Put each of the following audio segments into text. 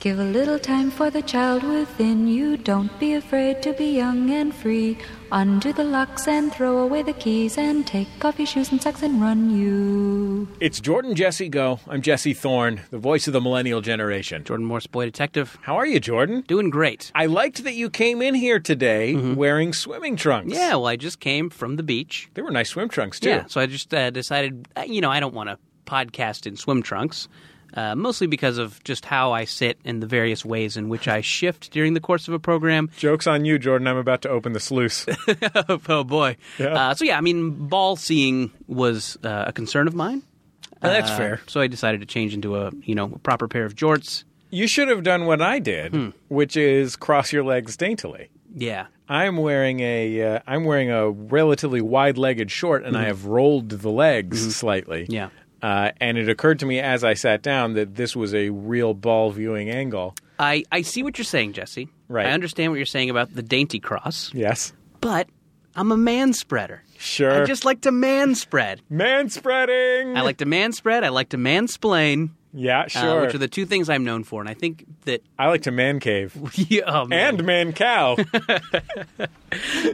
Give a little time for the child within you. Don't be afraid to be young and free. Undo the locks and throw away the keys and take off your shoes and socks and run you. It's Jordan Jesse Go. I'm Jesse Thorne, the voice of the millennial generation. Jordan Morse, boy detective. How are you, Jordan? Doing great. I liked that you came in here today wearing swimming trunks. Mm-hmm. Yeah, well, I just came from the beach. They were nice swim trunks, too. Yeah, so I just uh, decided, uh, you know, I don't want to podcast in swim trunks, uh, mostly because of just how I sit and the various ways in which I shift during the course of a program. Joke's on you, Jordan. I'm about to open the sluice. oh, boy. Uh, so, yeah, I mean, ball seeing was uh, a concern of mine. That's Uh, fair. So I decided to change into a, you know, a proper pair of jorts. You should have done what I did, hmm. which is cross your legs daintily. Yeah. I'm wearing a uh, I'm wearing a relatively wide-legged short, and I have rolled the legs slightly. Mm-hmm. Yeah. Uh, and it occurred to me as I sat down that this was a real ball viewing angle. I, I see what you're saying, Jesse. Right. I understand what you're saying about the dainty cross, Yes. but I'm a man spreader. Sure. I just like to man spread. Man spreading. I like to man spread. I like to mansplain, Yeah, uh, sure. which are the two things I'm known for. And I think that, I like to man cave oh, man. and man cow.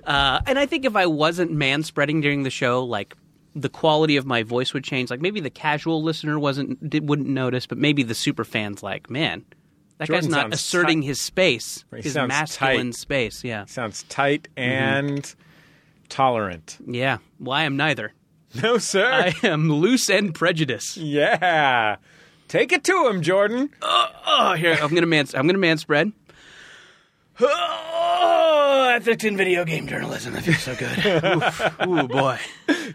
Uh, and I think if I wasn't man spreading during the show, like the quality of my voice would change. Like maybe the casual listener wasn't did, wouldn't notice, but maybe the super fans like, man, that Jordan guy's not sounds asserting tight. his space, He his sounds masculine tight. space. Yeah, Sounds tight Mm-hmm. and tolerant. yeah. Well, I am neither. No, sir. I am loose and prejudiced. Yeah. Take it to him, Jordan. Oh, here I'm gonna man I'm gonna man spread. Oh, I think in video game journalism. That feels so good. Oof. Ooh, boy.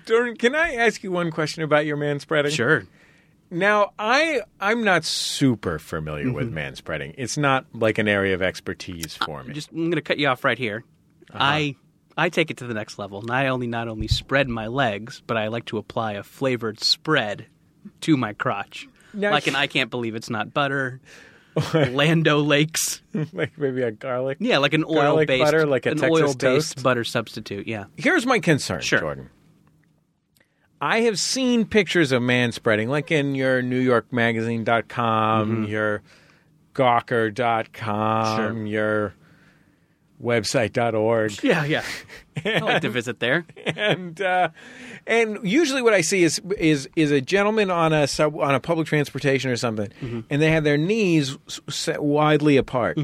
Jordan, can I ask you one question about your man spreading? Sure. Now, I I'm not super familiar with Mm-hmm. man spreading. It's not like an area of expertise for me. just I'm going to cut you off right here. Uh-huh. I I take it to the next level. And I only not only spread my legs, but I like to apply a flavored spread to my crotch. Now- like an I can't believe it's not butter. Lando Lakes. like maybe a garlic. Yeah, like an oil Garlic based butter, like a an Texas oil based toast? butter substitute, yeah. Here's my concern, Sure. Jordan. I have seen pictures of man spreading, like in your NewYorkMagazine.com, your Gawker.com, your website.org. Yeah, yeah. I like to visit there. and uh, and usually what I see is is is a gentleman on a sub on a public transportation or something, and they have their knees s- set widely apart.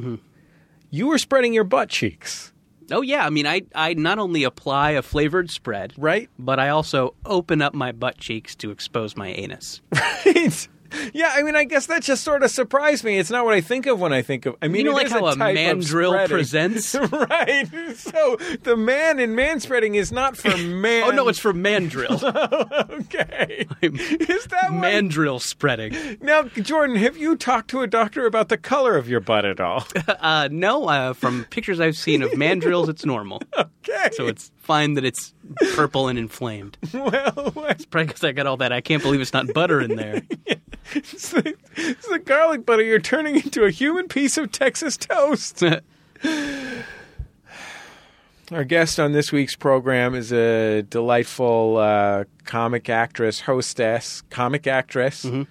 You were spreading your butt cheeks, Oh yeah, I mean I I not only apply a flavored spread, right? but I also open up my butt cheeks to expose my anus. yeah, I mean, I guess that just sort of surprised me. It's not what I think of when I think of. I mean, You know, it like is how a a type of mandrill spreading. presents. Right, so the man in man spreading is not for man. Oh no, it's for mandrill. okay. Is that what mandrill spreading. Now, Jordan, have you talked to a doctor about the color of your butt at all? Uh, no, uh, from pictures I've seen of mandrills, it's normal. Okay. So it's fine that it's purple and inflamed. well, Probably because I got all that. I can't believe it's not butter in there. it's the, it's the garlic butter. You're turning into a human piece of Texas toast. Our guest on this week's program is a delightful uh, comic actress, hostess, comic actress Mm-hmm.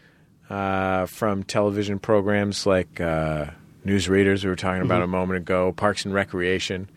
uh, from television programs like uh, Newsreaders, we were talking about a Mm-hmm. moment ago, Parks and Recreation.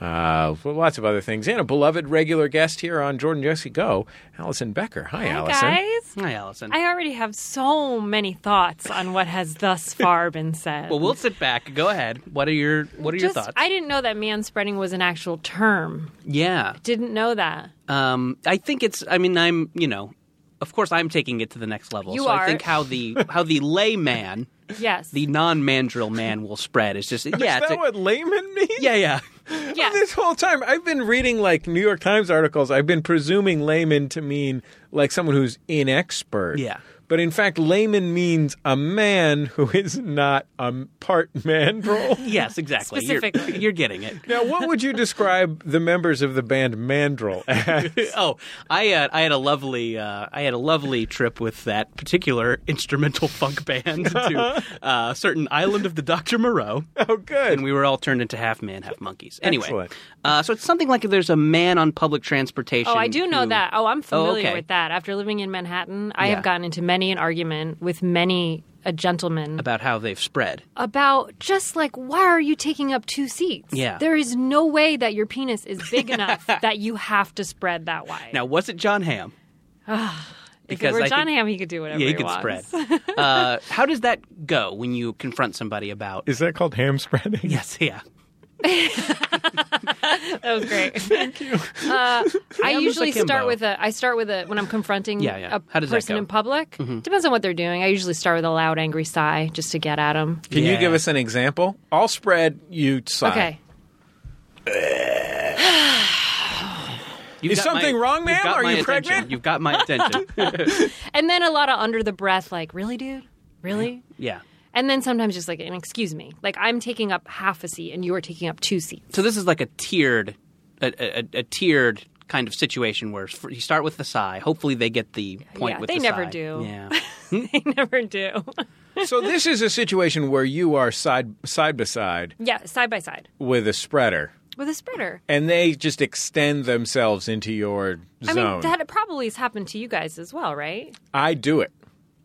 Uh, lots of other things, and a beloved regular guest here on Jordan Jesse Go, Allison Becker. Hi, Allison. Guys, Hi, Allison. I already have so many thoughts on what has thus far been said. well, we'll sit back. Go ahead. What are your What are your Just, thoughts? I didn't know that man spreading was an actual term. yeah. Didn't know that. Um, I think it's. I mean, I'm. You know, of course, I'm taking it to the next level. You so I are. think how the how the layman, Yes. the non mandrill man, will spread is just. Yeah. Is It's that a- what layman means? yeah. Yeah. yeah. This whole time, I've been reading like New York Times articles. I've been presuming layman to mean like someone who's inexpert. Yeah. But in fact, layman means a man who is not a part mandrel. Yes, exactly. You're- You're, Specifically. getting it. now, what would you describe the members of the band Mandrel as? Oh, I uh, I had a lovely uh, I had a lovely trip with that particular instrumental funk band to uh, a certain island of the Dr. Moreau, Oh, good. and we were all turned into half man, half monkeys. Anyway, Excellent. uh, so it's something like if there's a man on public transportation. Oh, I do know who- that. Oh, I'm familiar okay. with that. After living in Manhattan, I Yeah. have gotten into many an argument with many a gentleman about how they've spread. about just like why are you taking up two seats? Yeah. There is no way that your penis is big enough that you have to spread that wide. Now, was it John Hamm? Ah, if it because were I John think- Hamm, he could do whatever Yeah, he, you could wants. spread. Uh, how does that go when you confront somebody about? Is that called ham spreading? yes, yeah. That was great. Thank you. Uh, I Hamm is usually a Kimbo. start with a. I start with a when I'm confronting Yeah, yeah. a How does that person go? in public. Mm-hmm. Depends on what they're doing. I usually start with a loud, angry sigh just to get at them. Can you Yeah. give us an example? I'll spread. You sigh. Okay. You've Is got my- something wrong, you've ma'am? got Are my you attention. pregnant? You've got my attention. And then a lot of under the breath, like, really, dude? Really? yeah. And then sometimes just like, and excuse me, like I'm taking up half a seat and you are taking up two seats. So this is like a tiered, a, a, a tiered kind of situation where f- you start with the sigh. Hopefully, they get the point Yeah, with they the never sigh. do. Yeah. Hmm. they never do. So this is a situation where you are side side by side yeah, side by side with a spreader, with a spreader. and they just extend themselves into your I zone. mean, that probably has happened to you guys as well, right? I do it.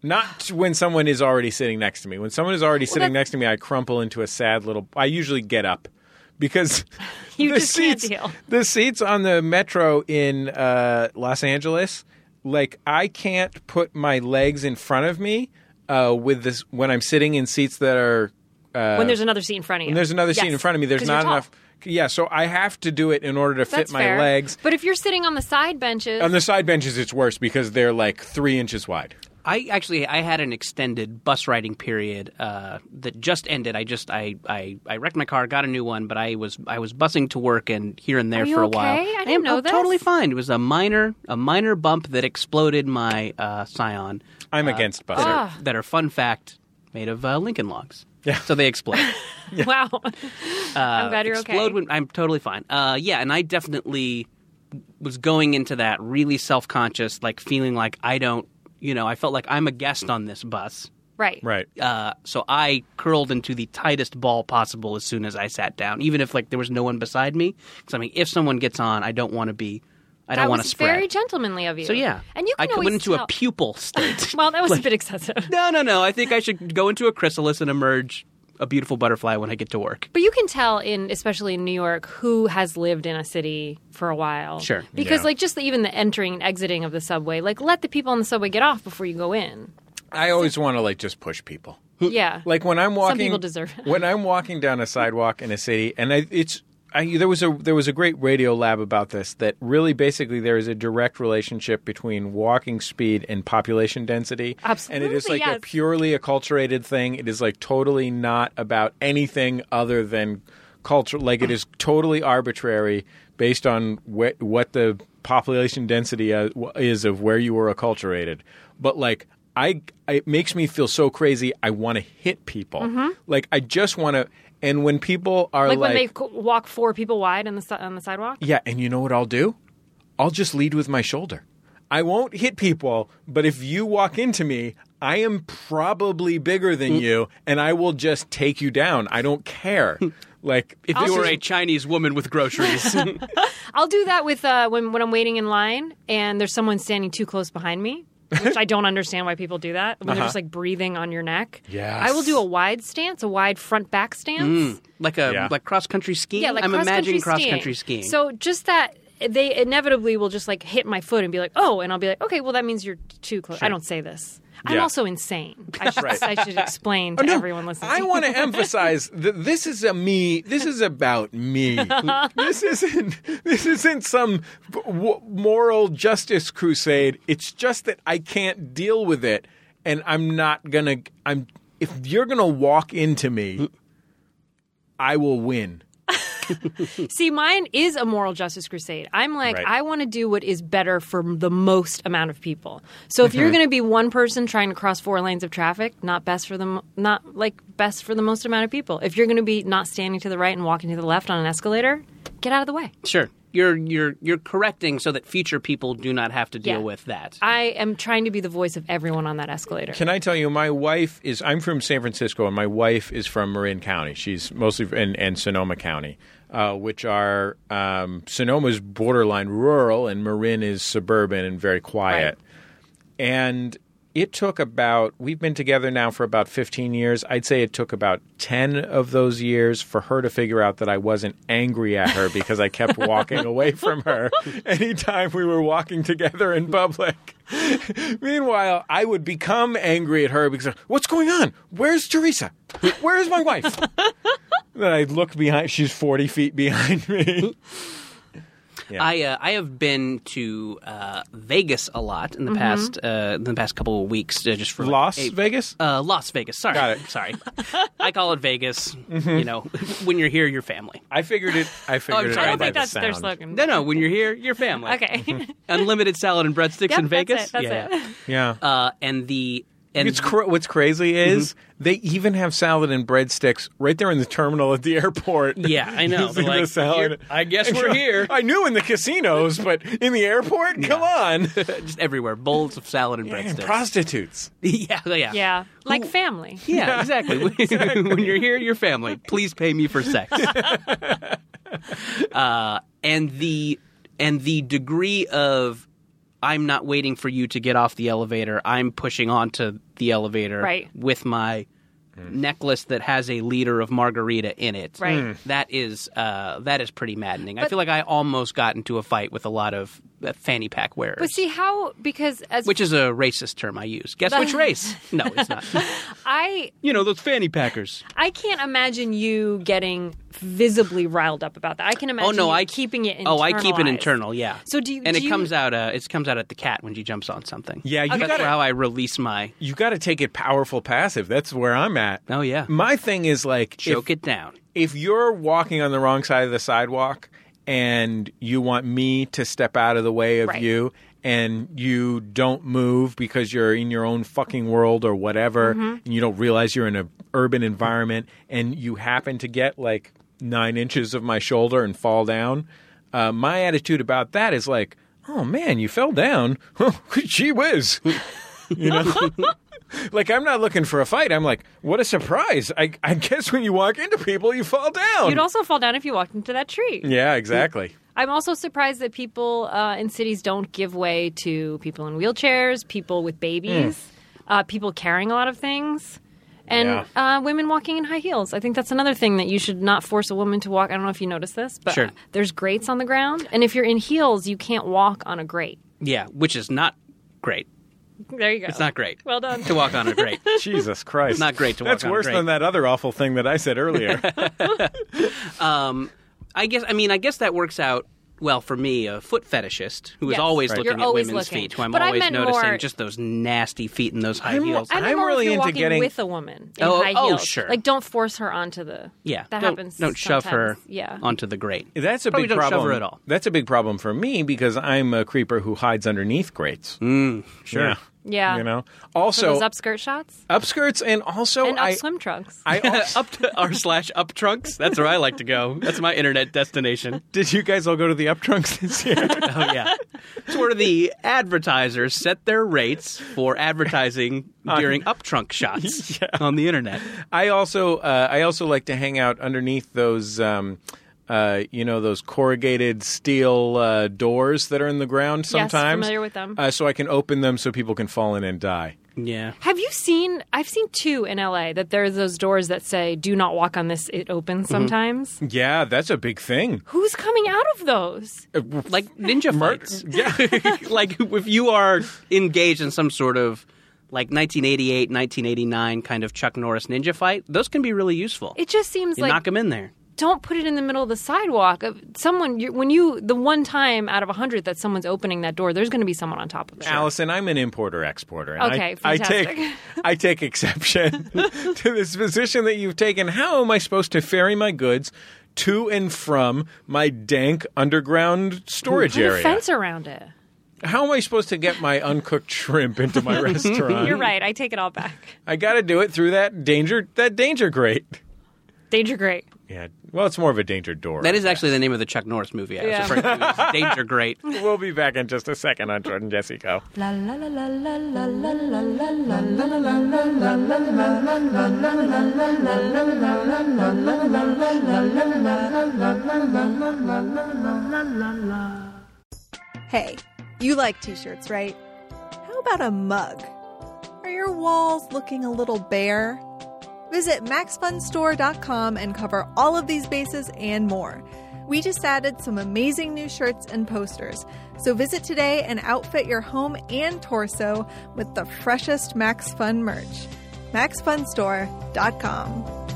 Not when someone is already sitting next to me. When someone is already sitting that's- next to me, I crumple into a sad little. I usually get up because You the just can't seats, deal. the seats on the metro in uh, Los Angeles, like I can't put my legs in front of me uh, with this when I'm sitting in seats that are when there's another seat in front of Uh, you. when there's another Yes, seat in front of me. There's 'cause you're not tall. enough. Yeah, so I have to do it in order to That's fit my fair. legs. But if you're sitting on the side benches, On the side benches, it's worse because they're like three inches wide. I actually I had an extended bus riding period uh, that just ended. I just I, I I wrecked my car, got a new one, but I was I was busing to work and here and there Are you for a okay? while. I didn't am- know I'm this. totally fine. It was a minor a minor bump that exploded my uh, Scion. I'm Uh, against ah. buses. That, are, that are fun fact made of uh, Lincoln logs. Yeah. So they explode. wow. I'm glad you're Uh, explode okay. when I'm totally fine. Uh, yeah, and I definitely was going into that really self conscious, like feeling like I don't, you know, I felt like I'm a guest on this bus. right. Right. Uh, so I curled into the tightest ball possible as soon as I sat down, even if like there was no one beside me. Because I mean, if someone gets on, I don't want to be, I That don't want to was spread. very gentlemanly of you. so yeah, And you I can always went into tell- a pupil state. Well, that was a bit excessive. no, no, no. I think I should go into a chrysalis and emerge a beautiful butterfly when I get to work. But you can tell in especially in New York who has lived in a city for a while. Sure. Because Yeah. like just the, even the entering and exiting of the subway, like let the people on the subway get off before you go in. I always want to like just push people. yeah. Like when I'm walking, people deserve it. when I'm walking down a sidewalk in a city, and I, it's I, there was a there was a great radio lab about this that really basically there is a direct relationship between walking speed and population density. and it is Absolutely, like yes. a purely acculturated thing. It is like totally not about anything other than culture. Like it is totally arbitrary based on wh- what the population density uh, w- is of where you were acculturated. But like. I, I- it makes me feel so crazy. I want to hit people. Like I just want to. And when people are Mm-hmm. like, like, when they co- walk four people wide on the si- on the sidewalk. yeah, and you know what I'll do? I'll just lead with my shoulder. I won't hit people, but if you walk into me, I am probably bigger than you, and I will just take you down. I don't care. Like If you were a Chinese woman with groceries, I'll do that with uh, when when I'm waiting in line and there's someone standing too close behind me, which I don't understand why people do that. When they're just like breathing on your neck. Uh-huh. Yes. Mm. I will do a wide stance, a wide front back stance. like a Yeah. like cross country skiing. Yeah, like I'm cross-country imagining cross skiing. country skiing. So just that they inevitably will just like hit my foot and be like, "Oh," and I'll be like, "Okay, well that means you're too close." I don't say this. I'm Yeah. also insane. I should, Right. Oh, I should explain to No, everyone listening. I want to emphasize that this is a me. This is about me. this isn't. This isn't some w- moral justice crusade. It's just that I can't deal with it, and I'm not gonna. I'm. If you're gonna walk into me, I will win. See, mine is a moral justice crusade. I'm like, Right. I want to do what is better for the most amount of people. So if Mhm. you're going to be one person trying to cross four lanes of traffic, not best for the mo- not like best for the most amount of people. If you're going to be not standing to the right and walking to the left on an escalator, get out of the way. sure, you're you're you're correcting so that future people do not have to deal Yeah. with that. I am trying to be the voice of everyone on that escalator. Can I tell you, my wife is. I'm from San Francisco, and my wife is from Marin County. She's mostly in, and Sonoma County, uh, which are um, Sonoma's borderline rural, and Marin is suburban and very quiet. And it took about we've been together now for about 15 years i'd say it took about 10 of those years for her to figure out that i wasn't angry at her because i kept walking away from her anytime we were walking together in public meanwhile i would become angry at her because what's going on where's teresa where's my wife then i'd look behind she's 40 feet behind me Yeah. I uh, I have been to uh, Vegas a lot in the Mm-hmm. past uh, in the past couple of weeks uh, just for like, las a- vegas Uh, Las Vegas. Sorry, Got it. Mm-hmm. sorry. I call it Vegas. You know, when you're here, your family. i figured it i figured it Oh, sorry. out I Right don't by think the that's their sound. slogan. No, no. When you're here, your family. Okay. Unlimited salad and breadsticks Yep, in Vegas. That's it. yeah. That's yeah. it. yeah Uh, and the and Mm-hmm. It's cra- what's crazy is they even have salad and breadsticks right there in the terminal at the airport. Yeah, I know. Using They're like, the salad. "Here- I guess we're here." I knew in the casinos, but in the airport, come on, just everywhere bowls of salad and breadsticks. prostitutes. yeah, yeah, Yeah. Like family. Yeah, exactly. When- when you're here, your family. Please pay me for sex. uh, and the and the degree of I'm not waiting for you to get off the elevator. I'm pushing onto the elevator Right. Hmm. with my necklace that has a liter of margarita in it. Right. Mm. That is uh, that is pretty maddening. I But- feel like I almost got into a fight with a lot of uh, fanny pack wearers. But see how because as which is a racist term I use. Guess which race? No, it's not. I you know, those fanny packers. I can't imagine you getting visibly riled up about that. I can imagine oh no, you I keeping it. Oh, I keep it internalized. internal. Yeah. So do you- And do it you- comes out. Uh, it comes out at the cat when she jumps on something. Yeah, you That's gotta- how I release my. You got to take it powerful passive. That's where I'm at. Oh yeah, My thing is like if- choke it down. if you're walking on the wrong side of the sidewalk and you want me to step out of the way of Right. you and you don't move because you're in your own fucking world or whatever and you don't realize you're in an urban environment and you happen to get like nine inches of my shoulder and fall down uh, my attitude about that is like oh man you fell down gee whiz you know like i'm not looking for a fight i'm like what a surprise i, I guess when you walk into people you fall down You'd also fall down if you walked into that tree. yeah exactly I'm also surprised that people uh, in cities don't give way to people in wheelchairs, people with babies, Hmm. uh, people carrying a lot of things, and Yeah. uh, women walking in high heels. I think that's another thing that you should not force a woman to walk. I don't know if you noticed this, but Sure. uh, there's grates on the ground, and if you're in heels, you can't walk on a grate. Yeah, which is not great. There you go. It's not great. Well done. to walk on a grate. jesus christ Not great to walk that's on a worse grate. than that other awful thing that i said earlier I guess. I mean, I guess that works out. Well, for me, a foot fetishist who is Yes. always Right. looking You're at always women's looking. feet, who I'm But I always meant noticing more- just those nasty feet and those high I'm- heels. I mean, I'm more if really you're into walking getting- with a woman. In Oh, high oh, heels. sure. Like, don't force her onto the. yeah, that don't, happens. Don't shove her. sometimes. Yeah, onto the grate. that's a Probably big don't shove her problem at all. that's a big problem for me because i'm a creeper who hides underneath grates Mm. sure yeah. you know So also those upskirt shots upskirts and also and up i swim trunks. I also, up to r slash up trunks. That's where I like to go. That's my internet destination. did you guys all go to the up trunks this year? Oh yeah, it's where the advertisers set their rates for advertising during up trunk shots on the internet. I also uh, I also like to hang out underneath those um, uh, you know those corrugated steel uh, doors that are in the ground sometimes. familiar with them. Uh, so I can open them so people can fall in and die. Yeah, Have you seen? I've seen two in LA that there are those doors that say "Do not walk on this; it opens Mm-hmm. sometimes." Yeah, that's a big thing. Who's coming out of those? like ninja fights. Yeah, like if you are engaged in some sort of like 1988, 1989 kind of Chuck Norris ninja fight, those can be really useful. It just seems you like knock them in there. don't put it in the middle of the sidewalk. Of- Someone you when you the one time out of a hundred that someone's opening that door, there's going to be someone on top of it. Allison, I'm an importer exporter. And Okay, I, I fantastic. take I take exception to this position that you've taken. How am I supposed to ferry my goods to and from my dank underground storage Put a area? fence around it. How am I supposed to get my uncooked shrimp into my Uh, restaurant? You're right. I take it all back. I got to do it through that danger that danger grate. Danger great. Yeah. Well, it's more of a danger door. That is actually the name of the Chuck Norris movie. I Yeah. was referring to as Danger Great. We'll be back in just a second on Jordan Jesse Go. La la la la la la la la la la. Hey, you like t shirts, right? How about a mug? Are your walls looking a little bare? Visit MaxFunStore.com and cover all of these bases and more. We just added some amazing new shirts and posters, so visit today and outfit your home and torso with the freshest Max Fun merch. MaxFunStore.com.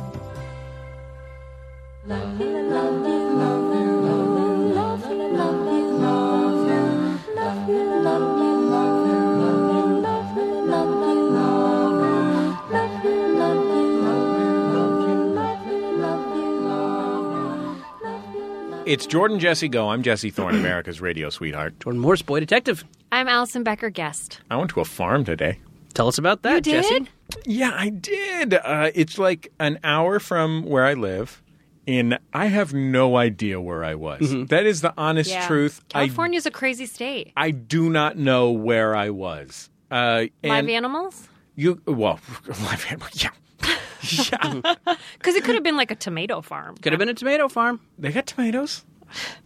It's Jordan Jesse Go. I'm Jesse Thorne, America's radio sweetheart. Jordan Morse, boy detective. I'm Allison Becker, guest. I went to a farm today. Tell us about that, You did? Jesse. Yeah, I did. Uh, it's like an hour from where I live, and I have no idea where I was. That is the honest truth. California's a crazy state. I I do not know where I was. Uh, Live and animals? you well, live animal. Yeah, yeah. Because it could have been like a tomato farm. Could have been a tomato farm. they got tomatoes.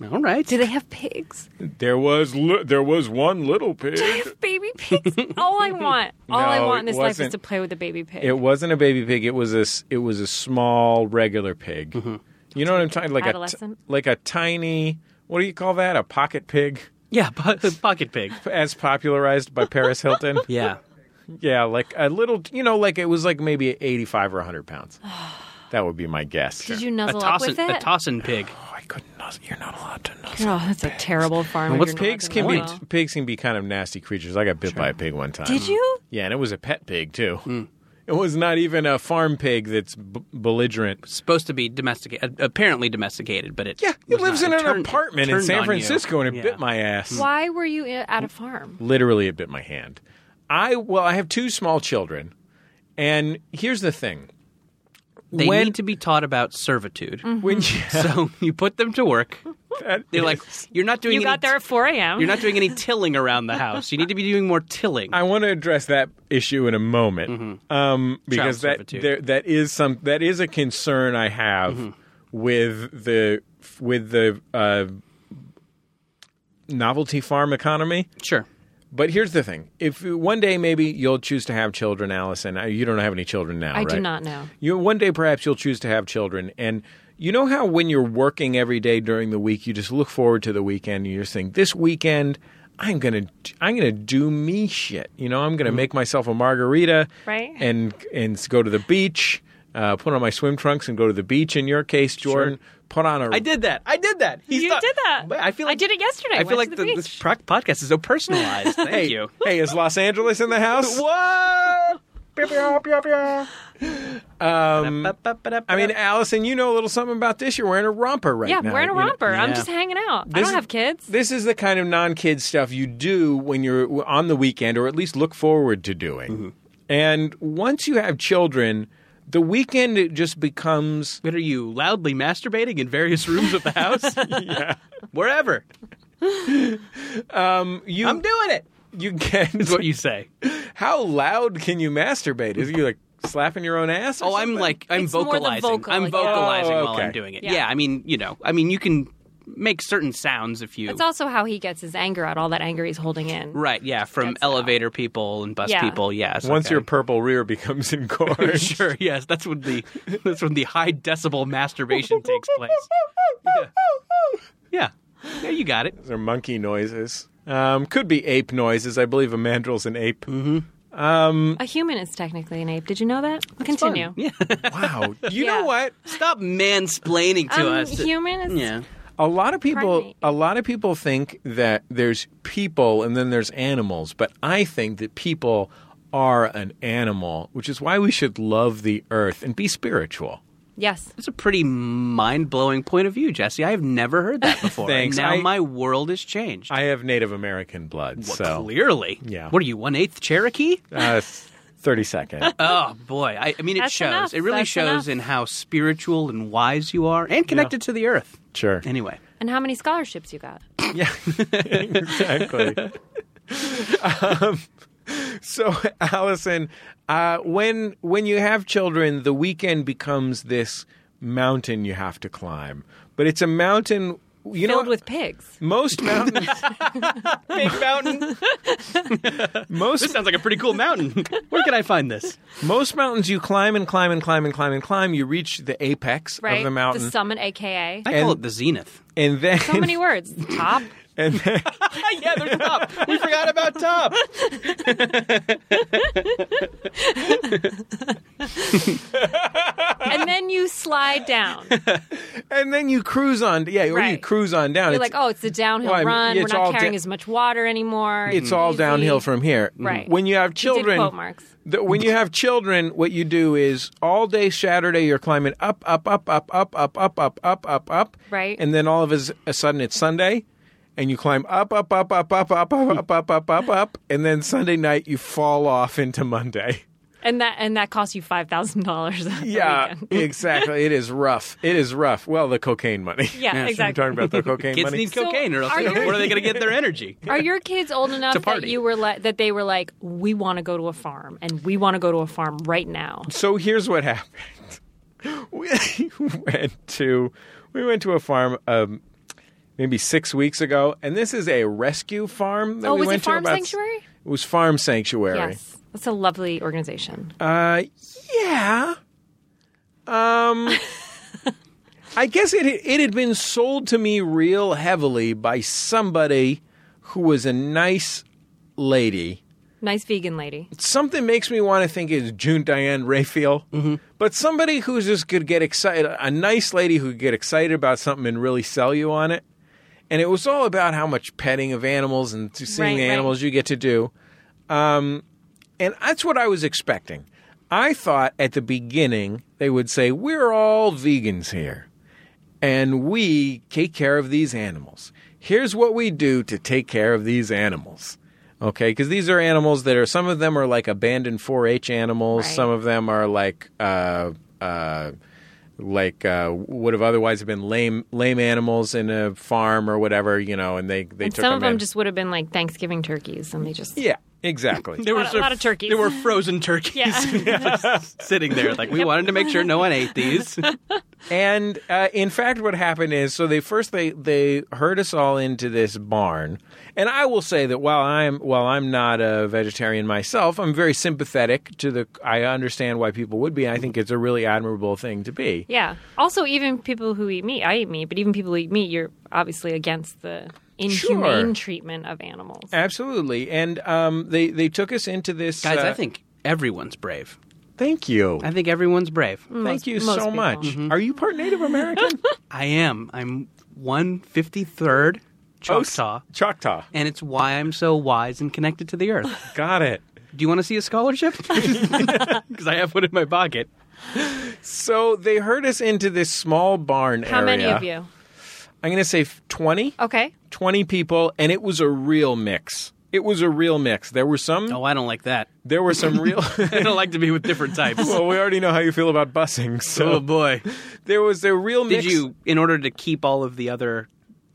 All right. Do they have pigs? There was li- there was one little pig. Baby pigs? All I want, all I No, want in it this life is wasn't. to play with a baby pig. It wasn't a baby pig. It was a s- it was a small regular pig. You know what I'm talking like Adolescent? a t- like a tiny what do you call that? A pocket pig, yeah, po- pocket pig. as popularized by Paris Hilton. Yeah. yeah, like a little. You know, like it was like maybe 85 or 100 pounds. that would be my guess. Did you A nuzzle up with tossin', it? a tossin' pig. Oh, I couldn't. nuzzle- You're not allowed to nuzzle. Oh, that's a terrible farm. if what's you're not Pigs doing can be well. pigs can be kind of nasty creatures. I got bit by a pig one time. Did you? Yeah, and it was a pet pig too. Hmm. It was not even a farm pig that's b- belligerent. Supposed to be domesticated, uh, apparently domesticated, but it Yeah, he was lives not. in It an turned- apartment in turned on San you. Francisco, and it Yeah. bit my ass. Why were you i- at a farm? Literally, it bit my hand. I well, I have two small children, and here's the thing: They when need to be taught about servitude. Mm-hmm. when Hmm. So you put them to work. that They're like, you're not doing. You any got there at 4 a.m. You're not doing any tilling around the house. You need to be doing more tilling. I want to address that issue in a moment um, because that servitude. there, that is some that is a concern I have with the with the uh, novelty farm economy. sure. But here's the thing: if one day maybe you'll choose to have children, Allison, uh, you don't have any children now, I do right? not know. You one day perhaps you'll choose to have children, and you know how when you're working every day during the week, you just look forward to the weekend, and you just think, this weekend. I'm gonna, I'm gonna do me shit. You know, I'm gonna make myself a margarita, Mm-hmm. Right. And and go to the beach, uh, put on my swim trunks and go to the beach. In your case, Jordan, put on a I did that. I did that. He's You not- did that. But I feel I like did it yesterday. I feel Went like to the this beach. pro- podcast is so personalized. Thank Hey, you. hey, is Los Angeles in the house? What? um, I mean, Allison, you know a little something about this. You're wearing a romper right yeah, now. wearing a You know- romper. I'm Yeah. just hanging out. I This don't is- have kids. This is the kind of non-kid stuff you do when you're on the weekend, or at least look forward to doing. Mm-hmm. And once you have children, the weekend it just becomes what are you loudly masturbating in various rooms of the house? yeah, wherever. you. I'm doing it. you get Is what you say. how loud can you masturbate? Is you like slapping your own ass? or Oh, I'm something? like I'm It's more the vocalizing. vocal, yeah. I'm vocalizing Oh, while okay. I'm doing it. Yeah. Yeah. I mean, you know, I mean, you can make certain sounds if you That's also how he gets his anger out, all that anger he's holding in. right. Yeah, from Gets out. elevator people and bus Yeah. people. Yes. Once okay. your purple rear becomes engorged, sure. Yes, that's when the that's when the high decibel masturbation takes place. Yeah. yeah. Yeah, you got it. Those are monkey noises. Um, could be ape noises. I believe a mandrel's an ape. Mm-hmm. A human is technically an ape. Did you know that? Continue. Yeah. Wow. You Yeah. know what? Stop mansplaining to Um, us. human is Yeah. A lot of people Primate. a lot of people think that there's people and then there's animals, but I think that people are an animal, which is why we should love the earth and be spiritual. Yes. That's a pretty mind blowing point of view, Jesse. I have never heard that before. Thanks. Now I- my world has changed. I have Native American blood, Well, so clearly. Yeah. What are you, one eighth Cherokee? uh, thirty second. Oh boy! I, I mean, it That's shows. enough. It really That's enough. shows in how spiritual and wise you are, and connected to the earth. Sure. Anyway, And how many scholarships you got? Yeah, exactly. um, so, Allison, uh, when when you have children, the weekend becomes this mountain you have to climb, but it's a mountain you know filled what? with pigs. most mountains Big mountain. most This sounds like a pretty cool mountain. Where can I find this? most mountains you climb and climb and climb and climb and climb you reach the apex Right, of the mountain summit, aka I And- call it the zenith. and then so many words. Top. and then, yeah, there's top. We forgot about top. and then you slide down. and then you cruise on yeah or you Right. cruise on down You're It's- like, oh, it's a downhill Well, I mean, run. it's We're all not carrying da- as much water anymore. it's all "Oh, Easy. downhill from here. Mm-hmm. Right. When you have He did children, quote marks. the- when you have children, what you do is all day Saturday you're climbing up, up, up, up, up, up, up, up, up, up, up. Right. And then all of a, s- a sudden it's Sunday, and you climb up, up, up, up, up, up, up, up, up, up, up, up, and then Sunday night you fall off into Monday. and that and that costs you five thousand dollars. Yeah, exactly. It is rough. It is rough. Well, the cocaine money. Yeah, So exactly. You're talking about the cocaine Kids money. need So, cocaine, or else are they- your- where are they going to get their energy? Are your kids old enough that party. you were like that they were like, we want to go to a farm and we want to go to a farm right now? so here's what happened. We went to we went to a farm um, maybe six weeks ago, and this is a rescue farm that Oh, we was it went to. Farm about- Sanctuary? It was Farm Sanctuary. Yes, that's a lovely organization. Uh, yeah. Um, I guess it it had been sold to me real heavily by somebody who was a nice lady. nice vegan lady. something makes me want to think is June Diane Raphael, but somebody who's just could get excited, a nice lady who could get excited about something and really sell you on it. And it was all about how much petting of animals and to seeing Right, the right. animals you get to do. Um, and that's what I was expecting. I thought at the beginning they would say, We're all vegans here and we take care of these animals. Here's what we do to take care of these animals. Okay, because these are animals that are some of them are like abandoned 4-H animals. Right. Some of them are like uh, uh, like uh, would have otherwise been lame lame animals in a farm or whatever, you know. And they they And took some of them in. just would have been like Thanksgiving turkeys, and they just yeah exactly. There were Lot of- sort lot of turkeys. There were frozen turkeys Just sitting there. Like we wanted to make sure no one ate these. And uh, in fact, what happened is, so they first they they herd us all into this barn, and I will say that while I'm while I'm not a vegetarian myself, I'm very sympathetic to the. I understand why people would be. I think it's a really admirable thing to be. yeah. Also, even people who eat meat, I eat meat, but even people who eat meat, you're obviously against the Sure. inhumane treatment of animals. Absolutely, and um, they they took us into this. Guys, uh, I think everyone's brave. Thank you. I think everyone's brave. Thank you most so people. much. Mm-hmm. Are you part Native American? I am. I'm one fifty third Choctaw, Choctaw. and it's why I'm so wise and connected to the earth. Got it. Do you want to see a scholarship? Because I have one in my pocket. So they herd us into this small barn How area. many of you? I'm going to say twenty. Okay, 20 people and it was a real mix it was a real mix there were some Oh, I don't like that. there were some real I don't like to be with different types. well we already know how you feel about busing oh so boy. there was a real Did mix you, in order to keep all of the other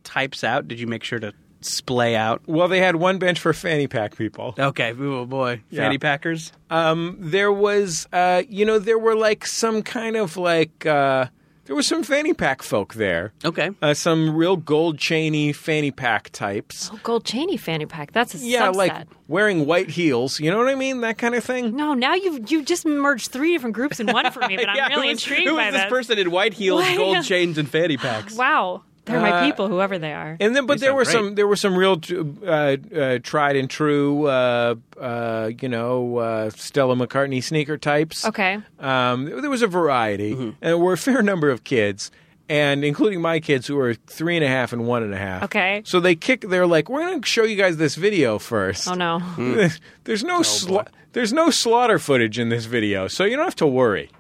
types out, did you make sure to splay out? well they had one bench for fanny pack people Okay, oh boy, Yeah. fanny packers. there was uh you know there were like some kind of like uh there was some fanny pack folk there Okay, uh, some real gold chainy fanny pack types oh, gold Cheney fanny pack. That's a yeah subset. like wearing white heels you know what i mean that kind of thing no, now you've you just merged three different groups in one for me, but I'm Yeah, really who is- intrigued Who by is this this. person in white heels, Why- gold chains, and fanny packs? Wow, they're Uh, my people, whoever they are. And then, but They there sound were great. some, there were some real uh, uh, tried and true, uh, uh, you know, uh, Stella McCartney sneaker types. Okay. Um, there was a variety, Mm-hmm. and there were a fair number of kids, and including my kids who were three and a half and one and a half. Okay. So they kick. They're like, we're going to show you guys this video first. Oh no. Hmm. Mm. There's Oh, no sla- there's no slaughter footage in this video, so you don't have to worry.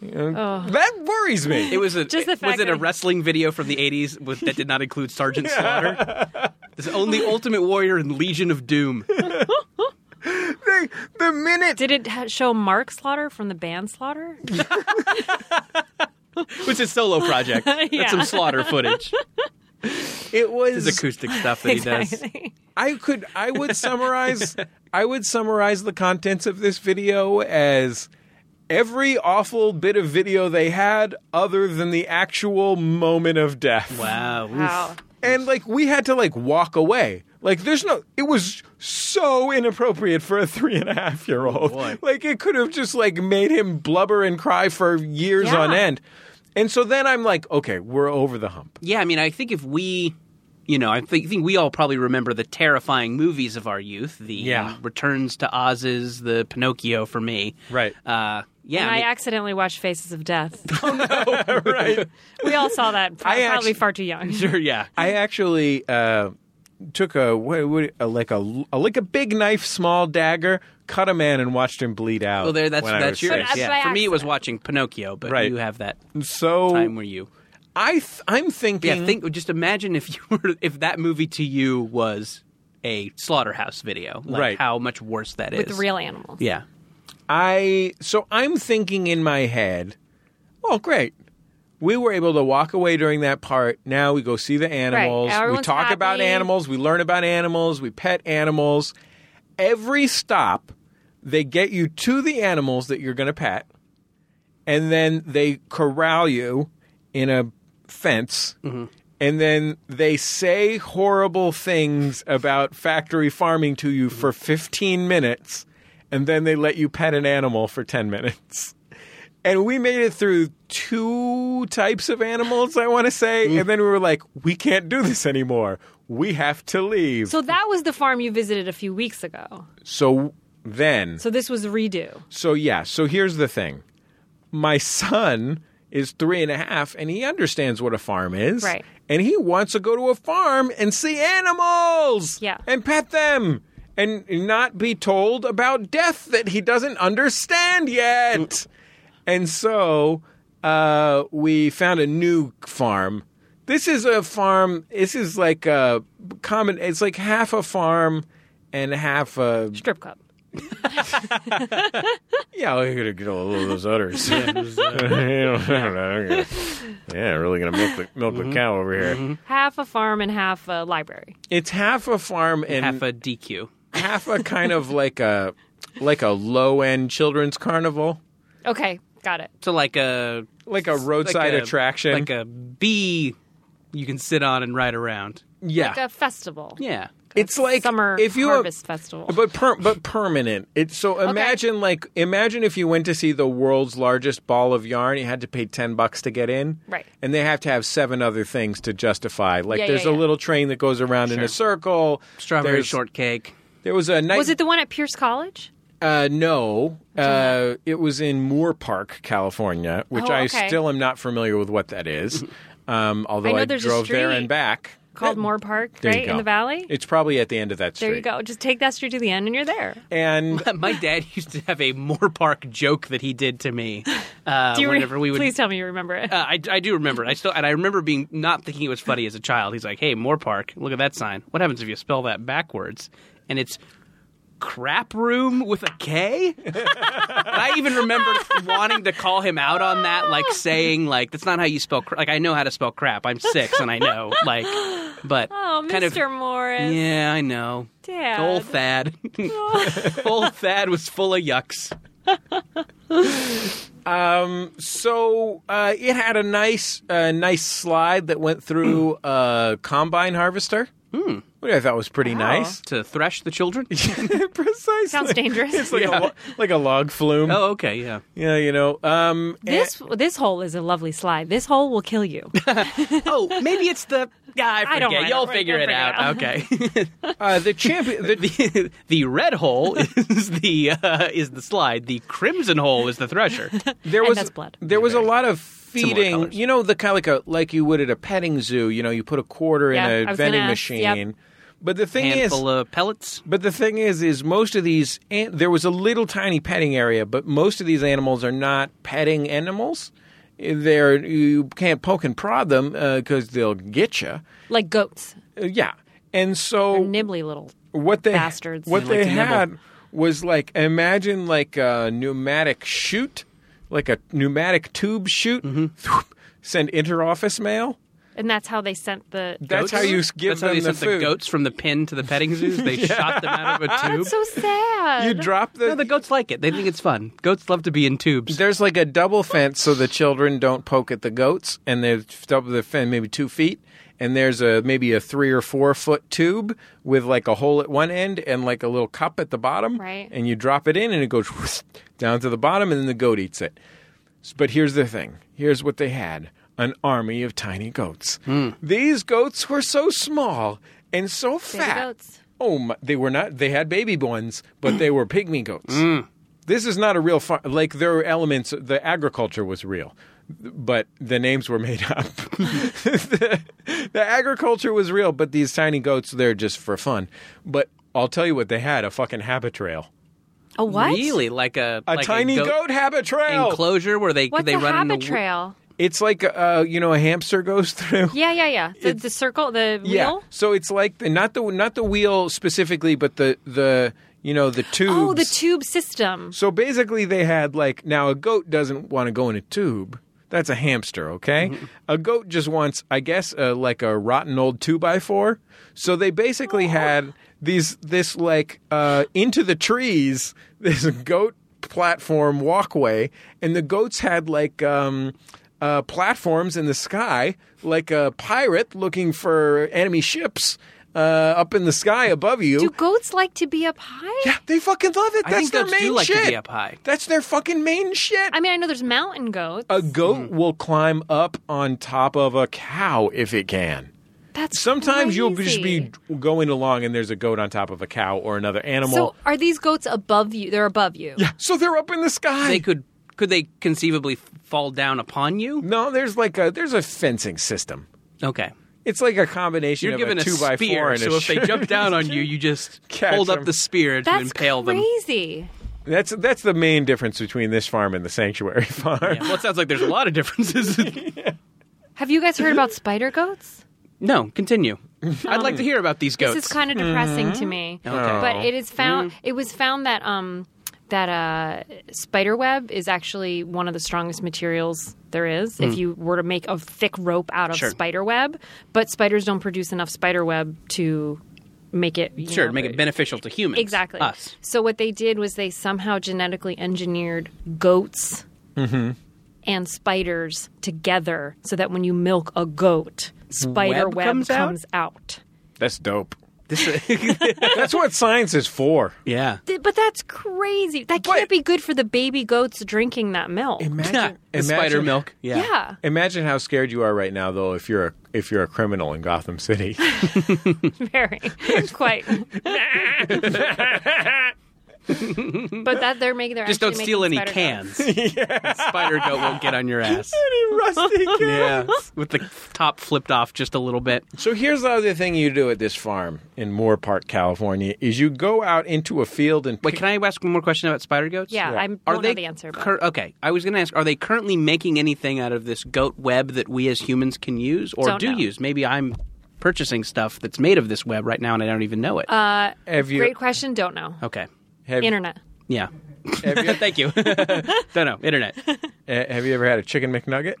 You know, That worries me. It was a Just the was fact it a that- wrestling video from the '80s with, that did not include Sergeant Slaughter? This only Ultimate Warrior and Legion of Doom. the, the minute Did it ha- show Mark Slaughter from the band Slaughter? It's his solo project. That's some Slaughter footage. it was His acoustic stuff that he does. I could I would summarize I would summarize the contents of this video as every awful bit of video they had other than the actual moment of death. Wow. oof. Wow. And like we had to like walk away. Like there's no it was so inappropriate for a three and a half year old. boy. like it could have just like made him blubber and cry for years Yeah. on end. And so then I'm like, okay, we're over the hump. Yeah, I mean, I think if we, you know, I think, think we all probably remember the terrifying movies of our youth. The um, Yeah. Returns to Oz's, the Pinocchio for me. Right. Uh, yeah. And I I mean, accidentally watched Faces of Death. Oh, right. We all saw that. I Probably actually- far too young. sure, yeah. I actually uh, took a, what, what, a like a, a like a big knife, small dagger, cut a man, and watched him bleed out. Well, there. That's Oh, when I that's was your. six. But, Yeah. by For me, it was watching Pinocchio, but Right. you have that So time where you. I th- I'm thinking. Yeah. Think. Just imagine if you were if that movie to you was a slaughterhouse video. Like Right. How much worse that is. With real animals. Yeah. I so I'm thinking in my head. Oh, great. We were able to walk away during that part. Now we go see the animals. We Everyone's talk about happy. animals. We learn about animals. We pet animals. Every stop, they get you to the animals that you're going to pet, and then they corral you in a fence. And then they say horrible things about factory farming to you for 15 minutes, and then they let you pet an animal for 10 minutes. And we made it through two types of animals, I want to say. And then we were like, we can't do this anymore. We have to leave. So, So that was the farm you visited a few weeks ago. then, So this was a redo. so yeah, so here's the thing my son is three and a half, and he understands what a farm is. Right. And he wants to go to a farm and see animals Yeah. and pet them. And not be told about death that he doesn't understand yet. And so uh, we found a new farm. This is a farm. This is like a common. It's like half a farm and half a Strip club. yeah. We're gonna get all of those udders. I don't uh, know. yeah, really gonna milk the milk Mm-hmm. the cow over here. Half a farm and half a library. It's half a farm and Half a DQ. half a kind of like a like a low end children's carnival, Okay, got it. So like a like a roadside like a- attraction. like a bee you can sit on and ride around. yeah, Like a festival. Yeah. it's like Summer if you harvest festival. but per- but permanent. It's so imagine like imagine if you went to see the world's largest ball of yarn, you had to pay ten bucks to get in, Right. And they have to have seven other things to justify. Like Yeah, there's yeah, a yeah. little train that goes around in a circle. Strawberry There's- shortcake. There was a night. was it the one at Pierce College? Uh, no, uh, it was in Moore Park, California, which Oh, I okay. still am not familiar with what that is. Um, although I know I, there's a drove there street and back. Called That- Moore Park, there you right? In go. the valley? It's probably at the end of that street. there you go. Just take that street to the end and you're there. And My dad used to have a Moore Park joke that he did to me. Uh, Do you re- whenever we would, Please tell me you remember it. Uh, I, I do remember it. I still and I remember being not thinking it was funny as a child. He's like, "Hey, Moore Park, look at that sign. What happens if you spell that backwards?" And it's crap room with a K. and I even remember wanting to call him out on that, like saying, "Like that's not how you spell. Cra-. Like I know how to spell crap. I'm six and I know. Like, but oh, Mr. kind of Morris. yeah, I know. Dad. Old Thad. Old Thad was full of yucks. so uh, it had a nice, uh, nice slide that went through a combine harvester, hmm. which I thought was pretty nice. To thresh the children? Precisely. Sounds dangerous. It's like, a, lo- like a log flume. oh, okay, yeah. Yeah, you know. Um, This this hole is a lovely slide. This hole will kill you. Oh, maybe it's the. Yeah, I forget. I don't mind. Y'all We're figure it gonna out. Okay. uh, the champion. The, the, the red hole is the uh, is the slide. The crimson hole is the thresher. there And was that's blood. there was a lot of Similar feeding. colors. You know the kind of like a like you would at a petting zoo. You know you put a quarter Yeah, in I a was vending gonna ask, machine. yep. But the thing is, Handful of pellets. but the thing is, is most of these an- there was a little tiny petting area, but most of these animals are not petting animals. They're you can't poke and prod them because they'll get you. like goats. yeah, and so They're nibbly little. what they Bastards. what they They like to nibble. had was like imagine like a pneumatic Mm-hmm. chute like a pneumatic tube chute send interoffice mail and that's how they sent the. That's how you s- give That's how them they the sent food. the goats from the pen to the petting zoos. They shot them out of a tube. That's so sad. You drop the. no, the goats like it. They think it's fun. Goats love to be in tubes. there's like a double fence so the children don't poke at the goats, and there's double the fence maybe two feet, and there's a maybe a three or four foot tube with like a hole at one end and like a little cup at the bottom, Right. And you drop it in, and it goes whoosh down to the bottom, and then the goat eats it. S- But here's the thing. Here's what they had. An army of tiny goats. These goats were so small and so fat. goats. Oh, my, they were not. They had baby ones, but they were pygmy goats. Mm. This is not a real farm. Like there were elements. The agriculture was real, but the names were made up. the, the agriculture was real, but these tiny goats, they're just for fun. But I'll tell you what they had: a fucking habit trail, a what? Really, like a a like tiny goat, goat, habit trail. enclosure where they What's they a run in habit the wo- trail? it's like uh, you know a hamster goes through. Yeah, yeah, yeah. The, the circle, the wheel. So it's like the, not the not the wheel specifically, but the the you know the tubes. Oh, the tube system. So basically, they had like now a goat doesn't want to go in a tube. That's a hamster, okay? A goat just wants, I guess, uh, like a rotten old two by four. So they basically had these this like uh, into the trees this goat platform walkway, and the goats had like. Um, uh, platforms in the sky, like a pirate looking for enemy ships uh, up in the sky above you. Do goats like to be up high? Yeah, they fucking love it. I That's think their goats main do like to shit. be up high. That's their fucking main shit. I mean, I know there's mountain goats. Uh, a goat will climb up on top of a cow if it can. That's Sometimes you'll just crazy. be going along and there's a goat on top of a cow or another animal. So, are these goats above you? They're above you. So, they're up in the sky. They could could they conceivably f- fall down upon you? no, there's like a there's a fencing system. Okay. It's like a combination You're of given a a, two by four spear, and so a if they jump down on you, you just Catch hold them. up the spear to That's impale them. crazy. That's that's the main difference between this farm and the sanctuary farm. Yeah, well, it sounds like there's a lot of differences. Have you guys heard about spider goats? no, continue. I'd like to hear about these goats. This is kind of depressing to me. Mm-hmm. Okay. But it is found. It was found that um that uh spider web is actually one of the strongest materials there is. If you were to make a thick rope out of Mm. Sure. spider web, but spiders don't produce enough spider web to make it. you sure, know, make it beneficial to humans. Exactly. Us. So what they did was they somehow genetically engineered goats Mm-hmm. and spiders together, so that when you milk a goat, spider Web web, comes out? comes out. That's dope. that's what science is for. Yeah. Th- But that's crazy. That But- can't be good for the baby goats drinking that milk. the Imagine, spider imagine- milk. Yeah. yeah. Imagine how scared you are right now, though, if you're a if you're a criminal in Gotham City. very. Quite. but that they're making their Just don't steal any cans. Spider goat won't get on your ass. Yeah. With the top flipped off just a little bit. So here's the other thing you do at this farm in Moore Park, California, is you go out into a field and Wait, can I ask one more question about spider goats? Yeah, I Are don't they know the answer. But. cur- okay, I was going to ask: Are they currently making anything out of this goat web that we as humans can use or Don't do know. use? Maybe I'm purchasing stuff that's made of this web right now, and I don't even know it. Uh, have you Great question. Don't know. okay, have, Internet. yeah. have you, Thank you. don't know internet. uh, have you ever had a chicken McNugget?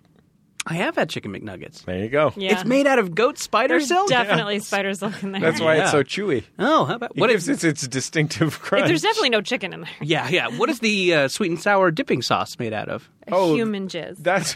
I have had chicken McNuggets. There you go. Yeah. It's made out of goat spider There's silk. definitely spiders looking there. That's why it's Yeah. so chewy. Oh, how about It what gives is? it its distinctive crunch. There's definitely no chicken in there. Yeah, yeah. What is the uh, sweet and sour dipping sauce made out of? Oh, Human jizz. that's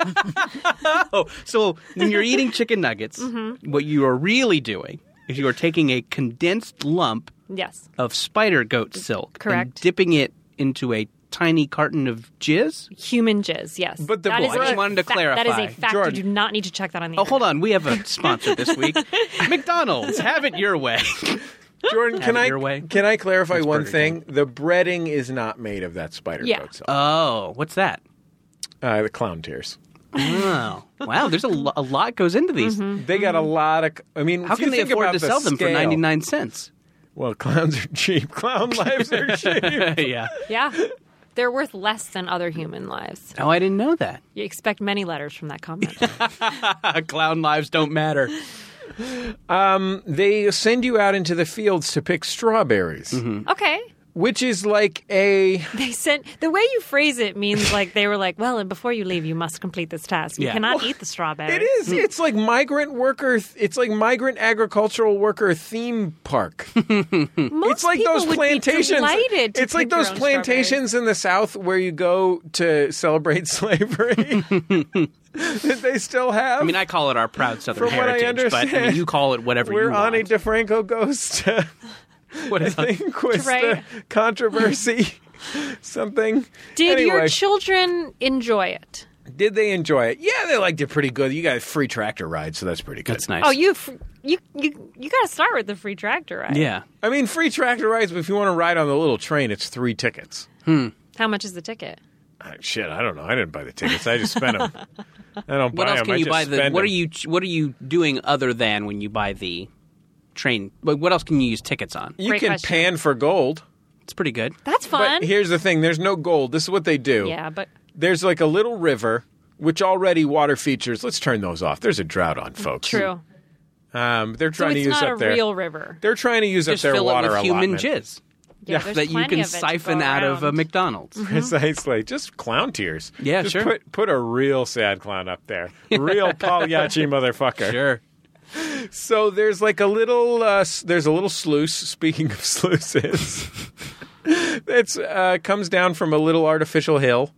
Oh, so when you're eating chicken nuggets, what you are really doing is you are taking a condensed lump yes. of spider goat silk. And Correct. dipping it into a tiny carton of jizz. Human jizz. Yes. But the That is bread- a I just wanted to fact. That is a clarify. fact. Jordan. You do not need to check that on the. Oh, hold on. We have a sponsor this week McDonald's. Have it your way. Jordan. Can it I your way. can I clarify one Burger thing? The breading is not made of that spider Yeah. goat silk. Oh, what's that? Uh, the clown tears. Oh, wow. There's a, lo- a lot goes into these. They got a lot of. I mean, Mm-hmm. How if you can they think afford about to the sell them for scale- 99 cents? Well, clowns are cheap. Clown lives are cheap. yeah. Yeah. They're worth less than other human lives. Oh, I didn't know that. You expect many letters from that comment. Ah, Clown lives don't matter. Mm-hmm. They send you out into the fields to pick strawberries. okay. which is like a They sent the way you phrase it means like they were like, well, and before you leave, you must complete this task. You Yeah. cannot eat the strawberry. It is. Mm. It's like migrant worker. th- It's like migrant agricultural worker theme park. Most it's like people those would be plantations. delighted to it's like pick their those own plantations in the South where you go to celebrate slavery that they still have. I mean, I call it our proud Southern From what I heritage, but I mean, understand, you call it whatever we're you on want. a DeFranco ghost. I What is- think was Right. the controversy. Something. Did your Anyway, children enjoy it? did they enjoy it? Yeah, they liked it pretty good. You got a free tractor ride, so that's pretty good. That's nice. Oh, you fr- you you you got to start with the free tractor ride. Yeah. I mean, free tractor rides, but if you want to ride on the little train, it's three tickets. How much is the ticket? Ah, Shit, I don't know. I didn't buy the tickets. I just spent them. I don't What buy else them. can I you just buy? The spend what are them. you what are you doing other than when you buy the train? Like, What else can you use tickets on? You Great can question. pan for gold. It's pretty good. That's fun. But here's the thing: there's no gold. This is what they do. yeah, but There's like a little river, which already water features. Let's turn those off. There's a drought on, folks. true. Um, they're So trying to it's use not up a their. real river. they're trying to use Just up their fill water it with human allotment. jizz Yeah, there's that you plenty can of it to siphon go out of a around. McDonald's. Precisely, just clown tears. Yeah, just sure. Put put a real sad clown up there, real Pagliacci motherfucker. sure. So there's like a little uh, s- there's a little sluice. Speaking of sluices, that's uh, comes down from a little artificial hill,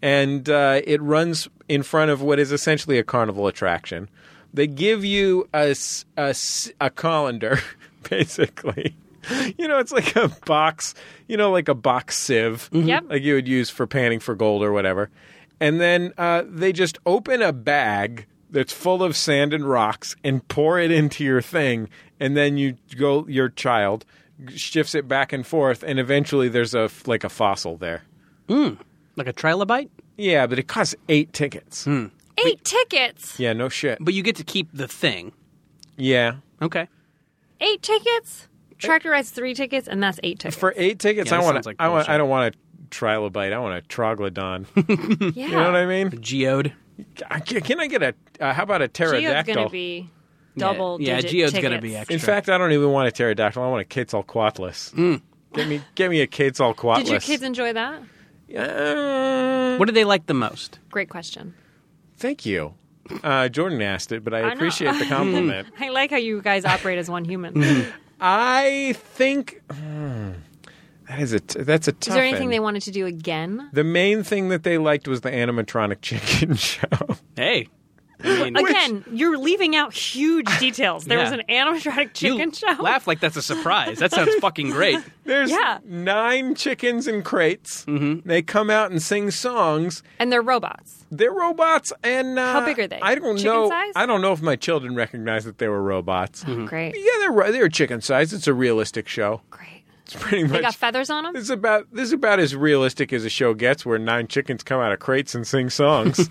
and uh, it runs in front of what is essentially a carnival attraction. They give you a s- a s- a colander, basically. You know, it's like a box. You know, like a box sieve, Yep. like you would use for panning for gold or whatever. And then uh, they just open a bag that's full of sand and rocks and pour it into your thing, and then you go. Your child shifts it back and forth, and eventually there's a like a fossil there. Like a trilobite, Yeah, but it costs eight tickets. Hmm. Eight tickets. Yeah, no shit. but you get to keep the thing. Yeah, Okay. Eight tickets. Tractor rides three tickets, and that's eight tickets. for eight tickets, Yeah, I that want. sounds like I want. I bullshit. don't want a trilobite. I want a troglodon. you yeah. know what I mean? Geode. I- Can I get a? Uh, how about a Geo's pterodactyl? going to be double Yeah, digit Geo's tickets. gonna be extra. In fact, I don't even want a pterodactyl. I want a Quetzalcoatlus. Get me, get me a Quetzalcoatlus. Did your kids enjoy that? Uh, What do they like the most? Great question. thank you. Uh, Jordan asked it, but I, know. appreciate the compliment. I like how you guys operate as one Mm-hmm. human. Is I think hmm, that is a t- that's a tough. there anything end. they wanted to do again? The main thing that they liked was the animatronic chicken show. Hey. I mean, Again, you're leaving out huge details. There Yeah. was an animatronic you chicken show. laugh like that's a surprise. That sounds fucking great. There's Yeah. nine chickens in crates. They come out and sing songs. And they're robots. They're robots, and uh, How big are they? I don't Chicken know. size? I don't know if my children recognized that they were robots. Hmm. Great. Yeah, they're ro- they're chicken sized. It's a realistic show. Great. It's pretty They got much. feathers on them? This is about this is about as realistic as a show gets, where nine chickens come out of crates and sing songs.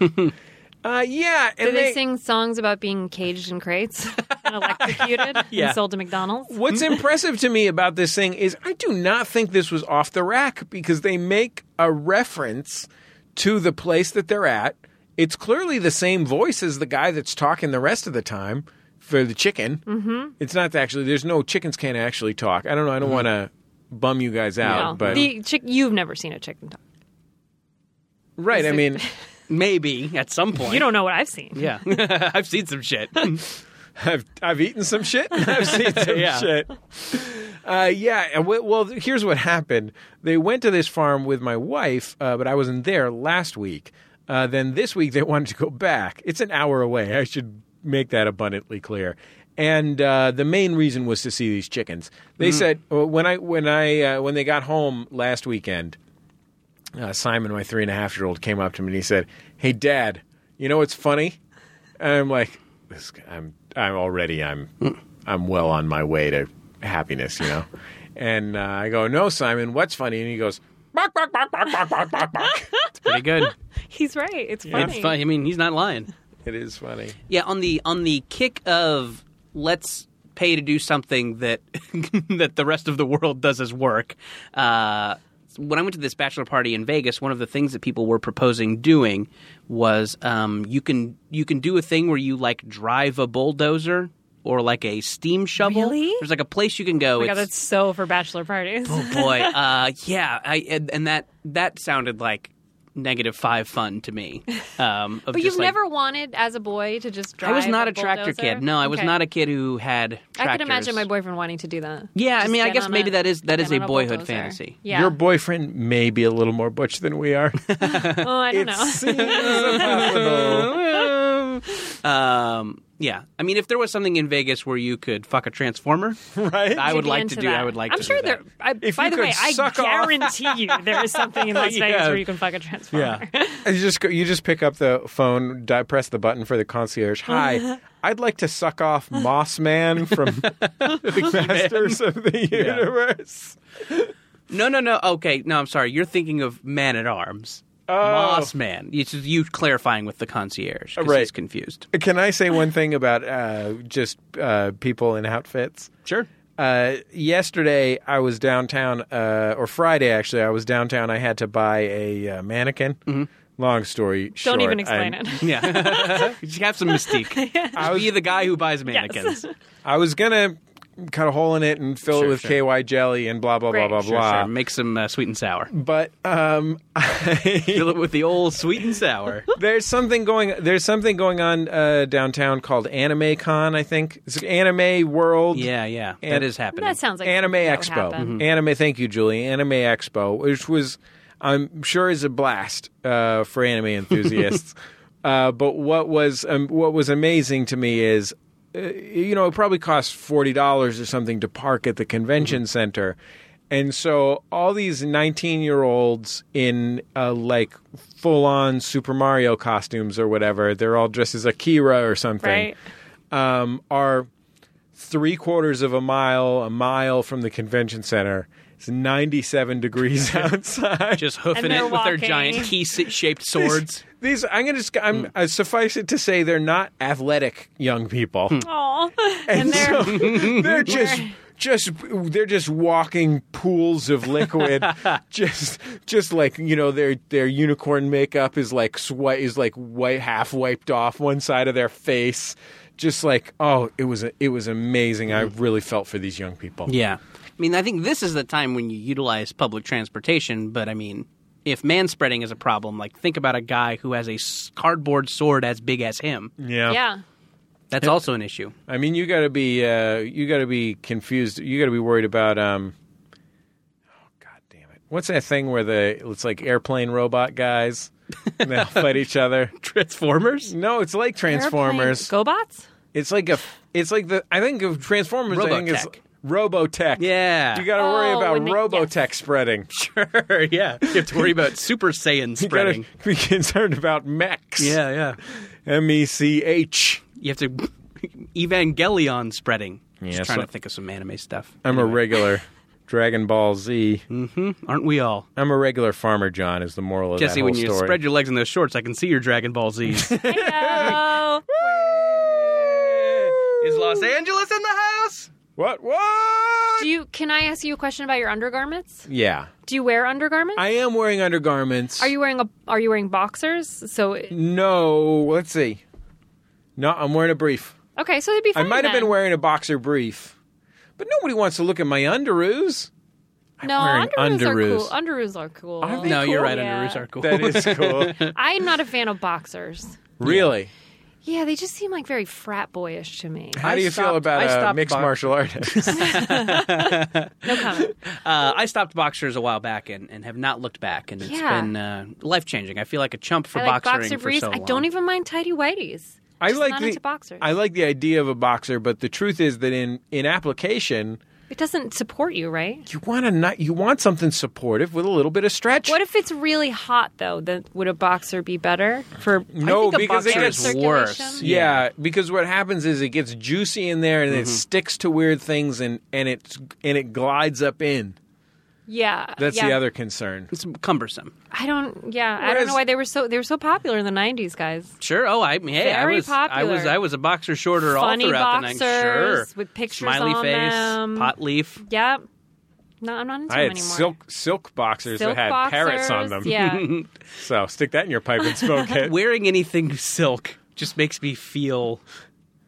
uh, yeah, and Do they, sing songs about being caged in crates and electrocuted Yeah. and sold to McDonald's? What's impressive to me about this thing is I do not think this was off the rack because they make a reference to the place that they're at. It's clearly the same voice as the guy that's talking the rest of the time for the chicken. Mm-hmm. It's not actually. There's no chickens can't actually talk. I don't know. I don't want to bum you guys out, Mm-hmm. No. but The chick- you've never seen a chicken talk. right. I mean, Maybe at some point. You don't know what I've seen. Yeah. I've seen some shit. I've I've eaten some shit. and I've seen some Yeah. shit. Uh, yeah. and we- Well, here's what happened. They went to this farm with my wife, uh, but I wasn't there last week. Uh, then this week they wanted to go back. It's an hour away. I should make that abundantly clear. And uh, the main reason was to see these chickens. They said uh, when I when I uh, when they got home last weekend, uh, Simon, my three and a half year old, came up to me and he said, "Hey, Dad, you know what's funny?" And I'm like, this, guy- "I'm, I'm already, I'm, I'm well on my way to happiness, you know." and uh, I go, "No, Simon, what's funny?" And he goes, "Bark, bark, bark, bark, bark, bark, bark, bark." It's pretty good. He's right. It's It's funny. fun. I mean, he's not lying. it is funny. Yeah, on the on the kick of let's pay to do something that that the rest of the world does as work. Uh, when I went to this bachelor party in Vegas, one of the things that people were proposing doing was um, you can you can do a thing where you like drive a bulldozer or like a steam shovel. Really? There's like a place you can go. Oh my God, It's- that's so for bachelor parties. oh boy, uh, yeah, I and, and that that sounded like negative five fun to me. Um, of But just you've like- never wanted, as a boy, to just drive. I was not a a tractor bulldozer? kid. No, I was Okay. not a kid who had. Tractors. I could imagine my boyfriend wanting to do that. Yeah, I Just mean, I get guess on maybe that is- that get is a on boyhood bulldozer. fantasy. Yeah. Your boyfriend may be a little more butch than we are. oh, I don't it know. seems impossible. Um, yeah, I mean, if there was something in Vegas where you could fuck a transformer, Right? I would be like into to do. that. I would like I'm to. sure do that. there. I, If by you the could way, I suck off- guarantee you there is something in Las Vegas Yeah. where you can fuck a transformer. And you just go, you just pick up the phone, di- press the button for the concierge. Hi, I'd like to suck off Moss Man from the Masters of the Universe. No, no, no. Okay, no, I'm sorry. You're thinking of Man at Arms. Moss Man. It's just you clarifying with the concierge because Right. he's confused. Can I say one thing about uh, just uh, people in outfits? Sure. Uh, yesterday, I was downtown, uh, or Friday actually, I was downtown. I had to buy a uh, mannequin. Mm-hmm. Long story short, Don't even explain I'm- it. Yeah. you should have some mystique. Just be the guy who buys mannequins. I was gonna cut a hole in it and fill it Sure, with sure. KY jelly and blah blah Great. blah blah Sure, blah. sure. Make some uh, sweet and sour. But um, Fill it with the old sweet and sour. there's something going there's something going on uh, downtown called Anime Con. I think it's Anime World. Yeah, yeah. that And- is happening. That sounds like Anime something that would Expo. happen. Mm-hmm. Anime, thank you, Julie. Anime Expo, which was, I'm sure, is a blast uh, for anime enthusiasts. uh, but what was um, what was amazing to me is, uh, you know, it probably cost forty dollars or something to park at the Mm-hmm. convention center, and so all these nineteen year olds in uh, like full on Super Mario costumes or whatever, they're all dressed as Akira or Mm-hmm. something Right. um, are three quarters of a mile, a mile from the convention center. It's 97 degrees outside. Just hoofing And it they're with their walking. giant key shaped swords. These, I'm gonna. just- I'm uh, suffice it to say, they're not athletic young people. Aw. And So they're they're just, just, they're just walking pools of liquid. just, just like you know, their their unicorn makeup is like sweat is like white half wiped off one side of their face. Just like, oh, it was a, it was amazing. I really felt for these young people. Yeah. I mean, I think this is the time when you utilize public transportation, but I mean, if manspreading is a problem, like think about a guy who has a s- cardboard sword as big as him. Yeah. yeah. That's also an issue. I mean, you got to be uh, you got to be confused. You got to be worried about. Um, oh god damn it! What's that thing where the it's like airplane robot guys and they all fight each other? Transformers? No, it's like Transformers. Airplane- GoBots. It's like a it's like the I think of Transformers. I think it's Robotech. Robotech. Yeah. You got to worry Oh, about when they- Robotech spreading. Sure, yeah. You have to worry about Super Saiyan You got to spreading. be concerned about mechs. yeah. M E C H. You have to Evangelion spreading. Yeah, Just trying so- to think of some anime stuff. I'm a regular Dragon Ball Z. Aren't we all? I'm a regular farmer, John. Is the moral of that Jesse, whole when you story. spread your legs in those shorts, I can see your Dragon Ball Z's. Is Oh. Los Angeles in the house? What? What? Do you? Can I ask you a question about your undergarments? yeah, Do you wear undergarments? I am wearing undergarments. are you wearing a? Are you wearing boxers? So No. Let's see. No, I'm wearing a brief. okay, so they'd be I fine. might have then. been wearing a boxer brief, but nobody wants to look at my underoos. No, wearing underoos. underoos, are cool. Underoos are cool. Are they? No, you're right. Yeah. Underoos are cool. That is cool. I'm not a fan of boxers. really? Yeah, they just seem like very frat boyish to me. How I do you stopped- feel about I a stopped mixed box- martial artist? No comment. Uh, I stopped boxers a while back and, and have not looked back, and it's Yeah. been uh, life changing. I feel like a chump for I like boxering boxer for briefs. so long. I don't even mind tidy whities. I Just like not the into boxers. I like the idea of a boxer, but the truth is that in in application, It doesn't support you, right? you want to not you want something supportive with a little bit of stretch. What if it's really hot though? Then would a boxer be better for? no, think a because it boxer gets is circulation? worse. Yeah, because what happens is it gets juicy in there and it sticks to weird things and and it's and it glides up in. Yeah, That's yeah. the other concern. It's cumbersome. I don't. Yeah, I don't Whereas- know why they were so they were so popular in the '90s, guys. Sure. Oh, I hey, I Very was I was popular. I was a boxer shorter Funny all throughout the night. Sure, boxers with pictures smiley on face, them. pot leaf. Yep. No, I'm not into I them had anymore. silk silk boxers Silk that had boxers, parrots on them. Yeah. So stick that in your pipe and smoke it. Wearing anything silk just makes me feel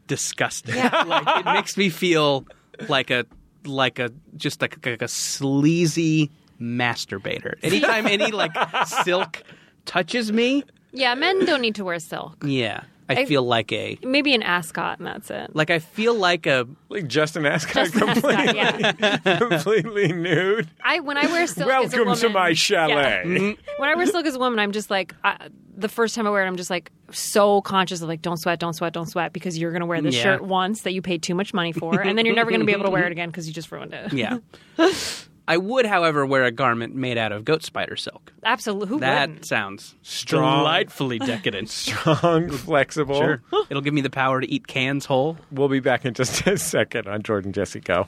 disgusting. like it makes me feel like a like a just like, like a sleazy masturbator. Anytime any like silk touches me, Yeah, men don't need to wear silk. yeah, I, I- feel like a Maybe an ascot, and that's it. like I feel like a Like Justin Ascot Just an completely, ascot, yeah. completely nude. I when I wear silk. as a Welcome to woman- my Yeah. Mm-hmm. chalet. When I wear silk as a woman, I'm just like I, the first time I wear it, I'm just like so conscious of like don't sweat, don't sweat, don't sweat because you're gonna wear this Yeah. shirt once that you paid too much money for, and then you're never gonna be able to wear it again because you just ruined it. yeah. I would, however, wear a garment made out of goat spider silk. Absolutely. Who That wouldn't? sounds Strong. delightfully decadent. Strong, flexible. Sure. It'll give me the power to eat cans whole. We'll be back in just a second on Jordan Jesse Go.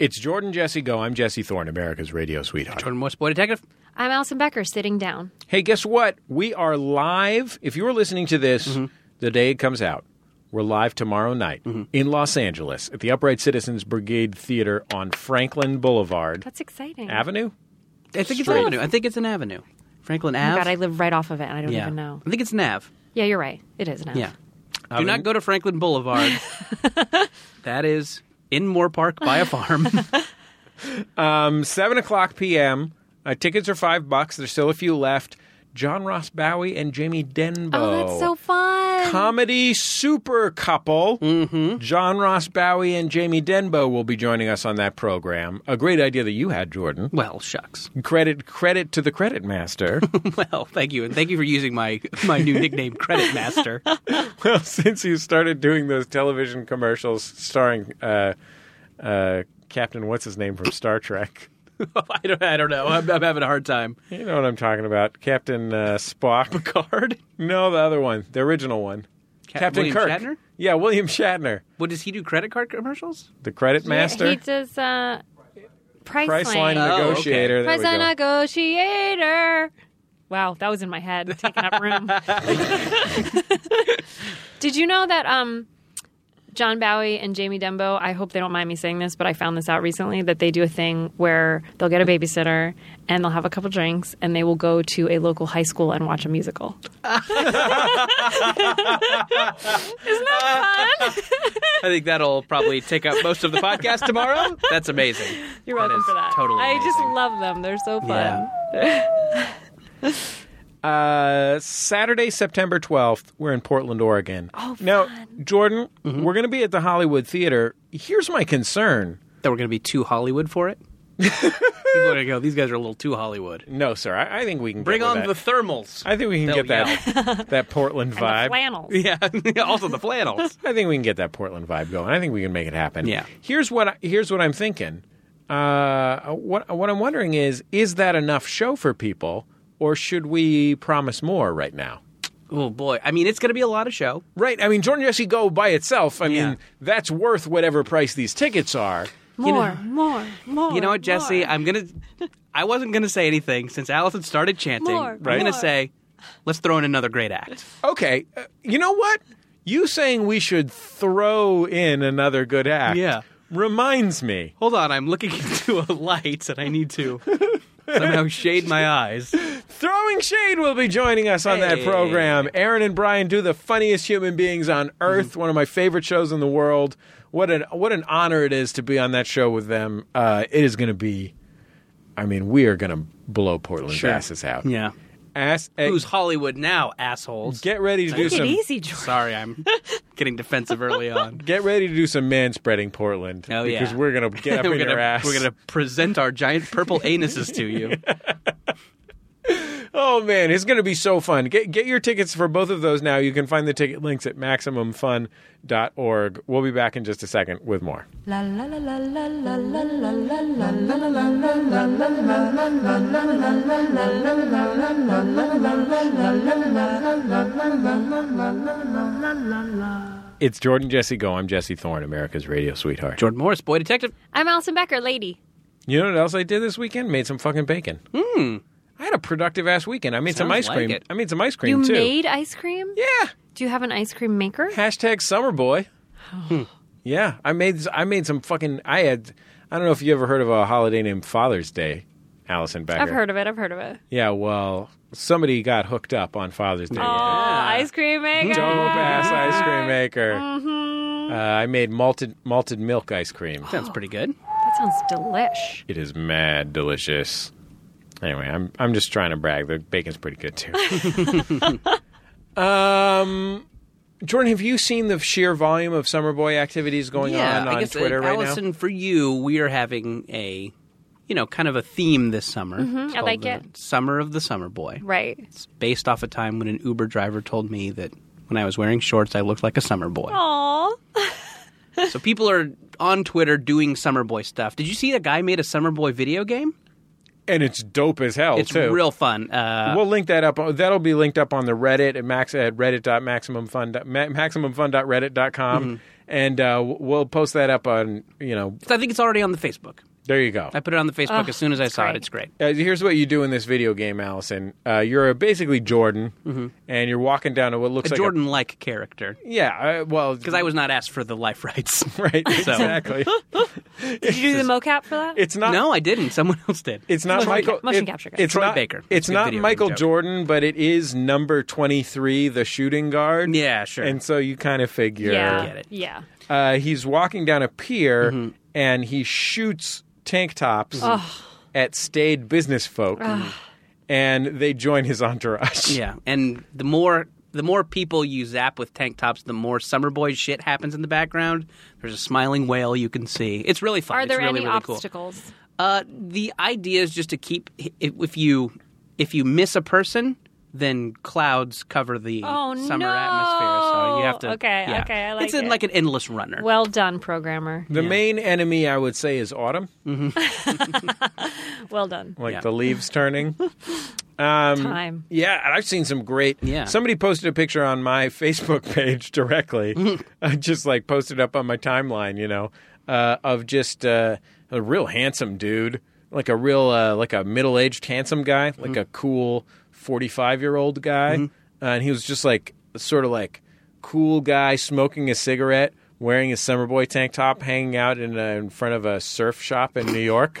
It's Jordan Jesse Go. I'm Jesse Thorne, America's radio sweetheart. Jordan West Boy Detective. I'm Allison Becker sitting down. Hey, guess what? We are live. If you're listening to this the day it comes out, we're live tomorrow night in Los Angeles at the Upright Citizens Brigade Theater on Franklin Boulevard That's exciting. Avenue. I think it's Straight. an avenue. I think it's an avenue. Franklin Oh Ave. my God, I live right off of it. and I don't yeah. even know. I think it's Nav. Yeah, you're right. It is now. Yeah. Do not go to Franklin Boulevard. that is in Moore Park by a farm. Um, 7 o'clock p.m. Uh, tickets are 5 bucks. There's still a few left. John Ross Bowie and Jamie Denbo. Oh, that's so fun. comedy super couple. Mm-hmm. John Ross Bowie and Jamie Denbo will be joining us on that program. A great idea that you had, Jordan. well, shucks. Credit credit to the credit master. Well, thank you. And thank you for using my my new nickname, Credit Master. well, since you started doing those television commercials starring uh, uh, Captain what's his name from Star Trek. I, don't, I don't know. I'm, I'm having a hard time. You know what I'm talking about, Captain uh, Spock. Card? No, the other one, the original one, Cap- Captain William Kirk. Shatner? Yeah, William Shatner, What, does he do credit card commercials? the credit master, He does uh, price, Priceline line. Oh, okay. negotiator. There price we go. line negotiator. Wow, that was in my head, taking up room. Did you know that um, John Bowie and Jamie Dembo? I hope they don't mind me saying this, but I found this out recently that they do a thing where they'll get a babysitter and they'll have a couple drinks and they will go to a local high school and watch a musical. I think that'll probably take up most of the podcast tomorrow. That's amazing. You're welcome is for that. totally I just amazing. love them. They're so fun. Yeah. Uh, Saturday, September 12th, we're in Portland, Oregon. Oh, now, Jordan, we're going to be at the Hollywood Theater. Here's my concern. that we're going to be too Hollywood for it. People are going to go, these guys are a little too Hollywood. No, sir, I, I think we can Bring get with on that. the thermals. I think we can They'll get that that Portland And the vibe. flannels. yeah, also the flannels. I think we can get that Portland vibe going. I think we can make it happen. Yeah. Here's what I, here's what I'm thinking. Uh, what what I'm wondering is is that enough show for people, or should we promise more right now? Oh boy, I mean it's going to be a lot of show. Right. I mean, Jordan Jesse Go by itself. I Yeah. mean, that's worth whatever price these tickets are. More, more, more. You know what, Jesse? more. I'm gonna. I wasn't gonna say anything since Allison started chanting. More, I'm Right. gonna more. say, let's throw in another great act. Okay, uh, you know what? You saying we should throw in another good act? Yeah. Reminds me. Hold on, I'm looking into a light and I need to somehow shade my eyes. Throwing Shade will be joining us on that Hey. program. Aaron and Brian do the funniest human beings on Mm-hmm. earth. One of my favorite shows in the world. What an what an honor it is to be on that show with them. Uh, it is going to be. I mean, we are going to blow Portland's asses out. Yeah. Ass. eh, Who's Hollywood now, assholes? get ready to do Take it some. easy, Jordan. Sorry, I'm getting defensive early on. Get ready to do some man spreading Portland. Oh, yeah. because we're gonna get up we're in gonna, your ass. We're gonna present our giant purple anuses to you. Oh man, it's going to be so fun. Get get your tickets for both of those now. You can find the ticket links at maximumfun.org. We'll be back in just a second with more. La la la la la la la la la la. It's Jordan Jesse Go. I'm Jesse Thorne, America's radio sweetheart. Jordan Morris, boy detective. I'm Allison Becker, lady. You know what else I did this weekend? Made some fucking bacon. Hmm. I had a productive ass weekend. I made some Sounds ice like cream. it. I made some ice cream You too. made ice cream? yeah. Do you have an ice cream maker? Hashtag summer boy. Hmm. yeah, I made I made some fucking. I had. I don't know if you ever heard of a holiday named Father's Day, Allison Becker. I've heard of it. I've heard of it. Yeah, well, somebody got hooked up on Father's Day. Oh, ice cream maker. Total Pass ice cream maker. Mm-hmm. Uh, I made malted malted milk ice cream. Sounds pretty good. That sounds delish. It is mad delicious. Anyway, I'm I'm just trying to brag. The bacon's pretty good too. um, Jordan, have you seen the sheer volume of summer boy activities going on I on guess, uh, Twitter right now? Allison, for you, we are having a, you know, kind of a theme this summer. It's Mm-hmm. I called like the it. Summer of the Summer Boy. Right. It's based off a time when an Uber driver told me that when I was wearing shorts, I looked like a summer boy. Oh. Aw. So people are on Twitter doing summer boy stuff. Did you see a guy made a summer boy video game? And it's dope as hell It's too. real fun. Uh, We'll link that up. That'll be linked up on the Reddit at max at reddit.maximumfun ma- maximumfun.reddit.com, Mm-hmm. and uh, we'll post that up on you know. I think it's already on the Facebook. There you go. I put it on the Facebook as soon as I saw great. it. It's great. Uh, here's what you do in this video game, Allison. Uh, you're basically Jordan, and you're walking down to what looks Mm-hmm. a like Jordan like character. A, yeah, uh, well, Because I was not asked for the life rights. right exactly. Did you do the mocap for that? it's not. no, I didn't. Someone else did. Uh, It's not Motion Michael. ca- motion it- capture guy. It's Troy not Baker. That's It's a good not video game Michael joke. Jordan, but it is number twenty three, the shooting guard. Yeah, sure. And so you kind of figure. yeah. Get it. Yeah. uh, he's walking down a pier Mm-hmm. and he shoots tank tops at staid business folk, and they join his entourage. Yeah, and the more the more people you zap with tank tops, the more summer boy shit happens in the background. There's a smiling whale you can see. It's really fun. Are It's there really, any really cool. obstacles? Uh, the idea is just to keep if if you if you miss a person, then clouds cover the Oh, summer no. atmosphere. So you have to. Okay, yeah. okay, I like It's in it. like an endless runner. Well done, programmer. The main enemy, I would say, is autumn, Well done. like Yeah. the leaves turning. Um, Time. Yeah, and I've seen some great. Yeah. Somebody posted a picture on my Facebook page directly. I just like posted up on my timeline, you know, uh, of just uh, a real handsome dude, like a real uh, like a middle aged handsome guy, like Mm-hmm. a cool forty five year old guy, Uh, and he was just like sort of like cool guy smoking a cigarette. Wearing his summer boy tank top, hanging out in, uh, in front of a surf shop in New York,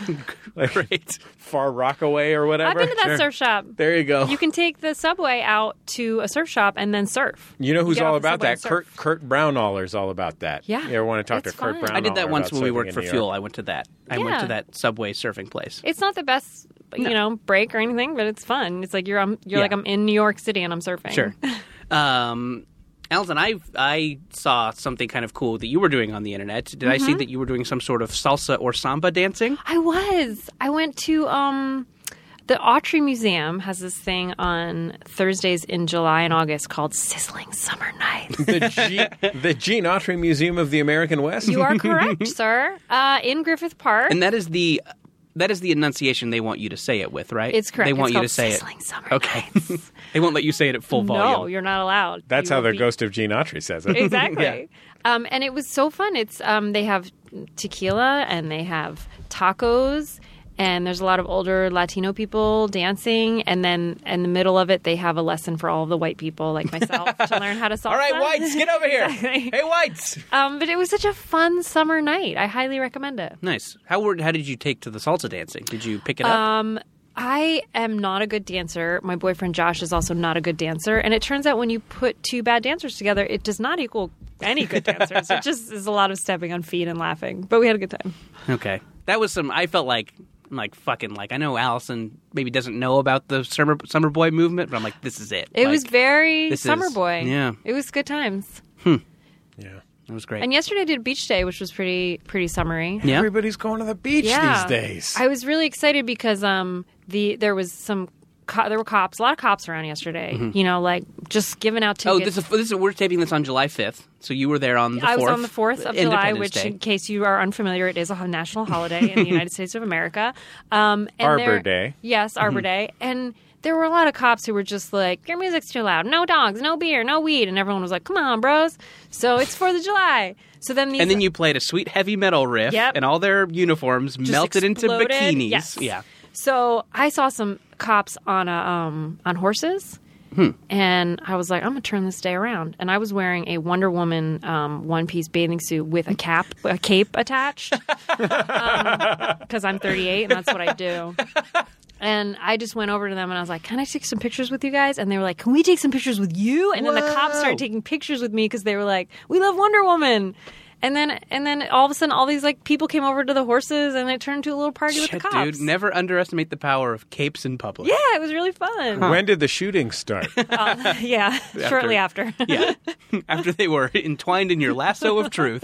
like Great. Far Rockaway or whatever. I've been to that Sure. surf shop. There you go. You can take the subway out to a surf shop and then surf. You know who's get all off the about subway that? and surf. Kurt Kurt Brownaller all about that. Yeah, You ever want to talk to it's Kurt fun. Brownaller? I I did that once about when we surfing worked in for New Fuel. York? I went to that. I went Yeah. to that Subway surfing place. It's not the best, you know, break or anything, but it's fun. It's like you're um, you're Yeah. like I'm in New York City and I'm surfing. Sure. Um, Allison, I I saw something kind of cool that you were doing on the internet. Did I Mm-hmm. see that you were doing some sort of salsa or samba dancing? I was. I went to um the Autry Museum has this thing on Thursdays in July and August called Sizzling Summer Nights. The, G- the Gene Autry Museum of the American West. you are correct, sir. Uh, in Griffith Park. And that is the that is the enunciation they want you to say it with, right? it's correct. They want It's you called to say Sizzling it. Summer Okay. Nights. they won't let you say it at full No, volume. you're not allowed. That's You how will the be- ghost of Gene Autry says it. exactly. um, and it was so fun. It's um, they have tequila and they have tacos. And there's a lot of older Latino people dancing, and then in the middle of it, they have a lesson for all the white people like myself to learn how to salsa. All right, whites, get over here. Exactly. Hey, whites. Um, but it was such a fun summer night. I highly recommend it. Nice. How were, how did you take to the salsa dancing? Did you pick it up? I am not a good dancer. My boyfriend Josh is also not a good dancer. And it turns out when you put two bad dancers together, it does not equal any good dancers. it just is a lot of stepping on feet and laughing. But we had a good time. okay. That was some. I felt like I'm like fucking like I know Allison maybe doesn't know about the summer summer boy movement, but I'm like this is it. It was Like, very this summer is- boy. yeah. It was good times. Yeah. it was great. And yesterday I did beach day, which was pretty pretty summery. Yeah. Everybody's going to the beach Yeah. these days. I was really excited because um the there was some co- there were cops, a lot of cops around yesterday. You know, like just giving out tickets. Mm-hmm. Oh, this is, this is we're taping this on July 5th, so you were there on the I 4th. was on the 4th of July, Independence which, Day. in case you are unfamiliar, it is a national holiday in the United States of America. Um, and Arbor there- Day. Yes, Arbor Mm-hmm. Day. And there were a lot of cops who were just like, your music's too loud. No dogs, no beer, no weed. And everyone was like, come on, bros. So it's 4th of July. So then these. and then you played a sweet heavy metal riff, Yep. and all their uniforms just melted exploded. into bikinis. Yes. Yeah. So I saw some cops on a, um, on horses. Hmm. And I was like, I'm gonna turn this day around. And I was wearing a Wonder Woman um, one piece bathing suit with a cap, a cape attached, because I'm 38 and that's what I do. And I just went over to them and I was like, "Can I take some pictures with you guys?" And they were like, "Can we take some pictures with you?" And then the cops started taking pictures with me because they were like, "We love Wonder Woman." And then and then all of a sudden, all these like people came over to the horses, and it turned to a little party with the Shit, cops. dude, never underestimate the power of capes in public. yeah, it was really fun. When did the shooting start? yeah, shortly after. Yeah. After they were entwined in your lasso of truth.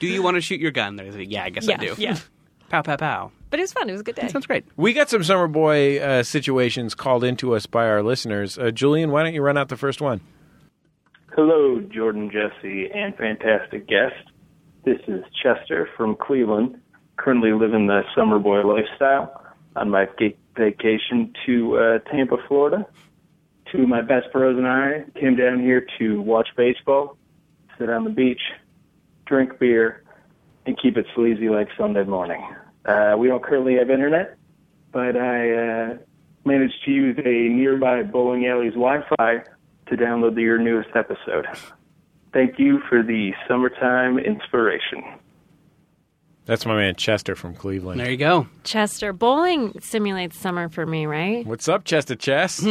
do you want to shoot your gun? They're like, yeah, I guess I yeah, do. yeah. Pow, pow, pow. But it was fun. It was a good day. Sounds great. we got some Summer Boy uh, situations called into us by our listeners. Uh, Julian, why don't you run out the first one? Hello, Jordan, Jesse, and fantastic guest. This is Chester from Cleveland, currently living the summer boy lifestyle on my vac- vacation to uh, Tampa, Florida. Two of my best bros and I came down here to watch baseball, sit on the beach, drink beer, and keep it sleazy like Sunday morning. Uh, we don't currently have internet, but I uh, managed to use a nearby bowling alley's Wi-Fi to download your newest episode. Thank you for the summertime inspiration. That's my man Chester from Cleveland. There you go. Chester bowling simulates summer for me, right? What's up, Chester Chess?